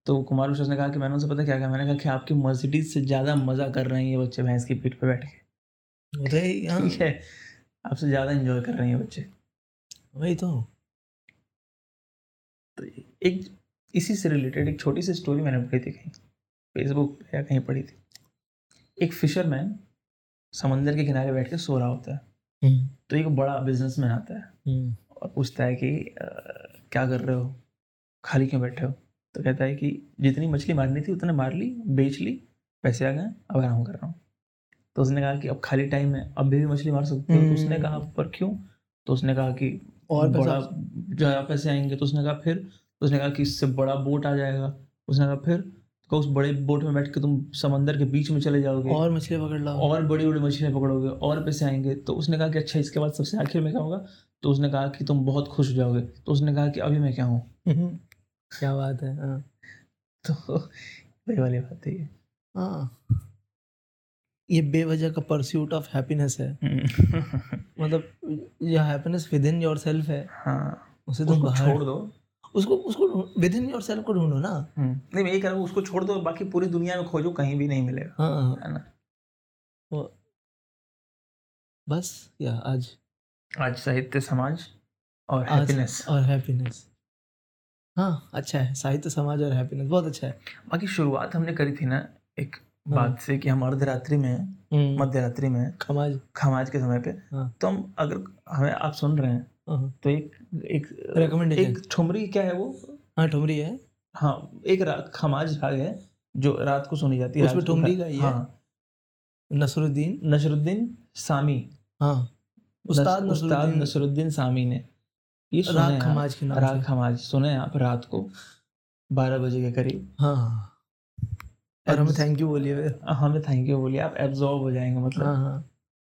Speaker 1: तो कुमार विश्वास ने कहा कि मैंने उनसे पता क्या कहा मैंने कहा कि आपकी मर्सिडीज से ज़्यादा मज़ा कर रहे हैं ये बच्चे भैंस की पीठ पे बैठ के
Speaker 2: होता ही हाँ,
Speaker 1: ठीक है आपसे ज़्यादा एंजॉय कर रहे हैं ये बच्चे
Speaker 2: वही तो
Speaker 1: तो एक इसी से रिलेटेड एक छोटी सी स्टोरी मैंने पढ़ी थी कहीं फेसबुक पे या कहीं पढ़ी थी एक फिशरमैन समंदर के किनारे बैठ के सो रहा होता है
Speaker 2: हम्म,
Speaker 1: तो एक बड़ा बिजनेसमैन आता है और पूछता है कि "अ, क्या कर रहे हो खाली क्यों बैठे हो तो कहता है कि जितनी मछली मारनी थी उतने मार ली बेच ली पैसे आ गए अब आराम कर रहा हूँ तो उसने कहा कि अब खाली टाइम है अब भी मछली मार सकते हो तो उसने
Speaker 2: हम्म।
Speaker 1: कहा पर क्यों तो उसने कहा कि
Speaker 2: और पैसा-
Speaker 1: बड़ा ज़्यादा पैसे आएंगे तो उसने कहा फिर तो उसने कहा कि इससे बड़ा बोट आ जाएगा उसने कहा फिर तो कहा, उस बड़े बोट में बैठ के तुम समंदर के बीच में चले जाओगे
Speaker 2: और मछली पकड़ लाओ
Speaker 1: और बड़ी बड़ी मछलियाँ पकड़ोगे और पैसे आएंगे तो उसने कहा कि अच्छा इसके बाद सबसे आखिर में क्या होगा तो उसने कहा कि तुम बहुत खुश हो जाओगे तो उसने कहा कि अभी मैं क्या हूँ
Speaker 2: हम्म, क्या बात है हाँ,
Speaker 1: तो वही वाली बात है ये।
Speaker 2: हाँ ये बेवजह का परस्यूट ऑफ हैप्पीनेस है मतलब यह happiness within yourself है
Speaker 1: हाँ
Speaker 2: उसे तुम
Speaker 1: उसको
Speaker 2: बाहर
Speaker 1: छोड़ दो
Speaker 2: उसको उसको विद इन योर सेल्फ को ढूंढो ना
Speaker 1: नहीं मैं ये कह रहा हूँ उसको छोड़ दो बाकी पूरी दुनिया में खोजो कहीं भी नहीं मिलेगा
Speaker 2: हाँ
Speaker 1: है ना
Speaker 2: वो- बस या आज
Speaker 1: आज साहित्य समाज और
Speaker 2: आज-
Speaker 1: हैप्पीनेस
Speaker 2: और हैप्पीनेस हाँ अच्छा है साहित्य समाज और हैप्पीनेस बहुत अच्छा है
Speaker 1: बाकी शुरुआत हमने करी थी ना एक
Speaker 2: हाँ।
Speaker 1: बात से कि हम अर्धरात्रि में
Speaker 2: मत
Speaker 1: मध्य रात्रि में
Speaker 2: समाज
Speaker 1: खमाज के समय पे
Speaker 2: हाँ।
Speaker 1: तो हम अगर हमें आप सुन रहे हैं
Speaker 2: हाँ,
Speaker 1: तो एक एक
Speaker 2: Recommendation.
Speaker 1: एक ठुमरी क्या है वो
Speaker 2: हाँ ठुमरी है
Speaker 1: हाँ एक रात खमाज राग है जो रात को सुनी जाती है
Speaker 2: उसमें
Speaker 1: रात को
Speaker 2: ठुमरी
Speaker 1: खा-
Speaker 2: गाई तो है?
Speaker 1: हाँ
Speaker 2: नसरुद्दीन
Speaker 1: नसरुद्दीन सामी
Speaker 2: हाँ उस्ताद
Speaker 1: नस- उस्ताद
Speaker 2: नसरुद्दीन
Speaker 1: नसरुद्दीन सामी ने ये सुने
Speaker 2: राग
Speaker 1: आप,
Speaker 2: खमाज के नाम
Speaker 1: राग
Speaker 2: से।
Speaker 1: खमाज सुने आप रात को बारह बजे के करीब
Speaker 2: हाँ और हमें थैंक यू बोलिए फिर।
Speaker 1: हमें थैंक यू बोलिए आप एब्जॉर्ब हो जाएंगे मतलब
Speaker 2: हाँ हाँ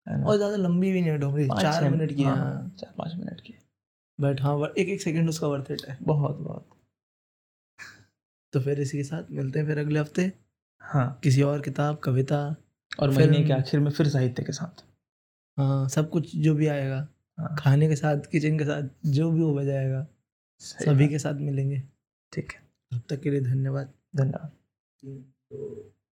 Speaker 1: है ना?
Speaker 2: और ज़्यादा लंबी भी नहीं है ठुमरी
Speaker 1: पाँच
Speaker 2: चार
Speaker 1: छः-
Speaker 2: मिनट की है
Speaker 1: हाँ,
Speaker 2: हाँ
Speaker 1: चार पाँच मिनट की
Speaker 2: बट हाँ वर- एक एक सेकंड उसका वर्थ इट है
Speaker 1: बहुत बहुत
Speaker 2: तो फिर इसी के साथ मिलते हैं फिर अगले हफ्ते
Speaker 1: हाँ
Speaker 2: किसी और किताब कविता
Speaker 1: और महीने
Speaker 2: फिल्म-
Speaker 1: के आखिर में फिर साहित्य के साथ
Speaker 2: हाँ सब कुछ जो भी आएगा
Speaker 1: हाँ।
Speaker 2: खाने के साथ किचन के साथ जो भी हो जाएगा
Speaker 1: सही
Speaker 2: सभी
Speaker 1: बात।
Speaker 2: के साथ मिलेंगे
Speaker 1: ठीक है
Speaker 2: तब तक के लिए धन्यवाद
Speaker 1: धन्यवाद
Speaker 2: तीन, दो,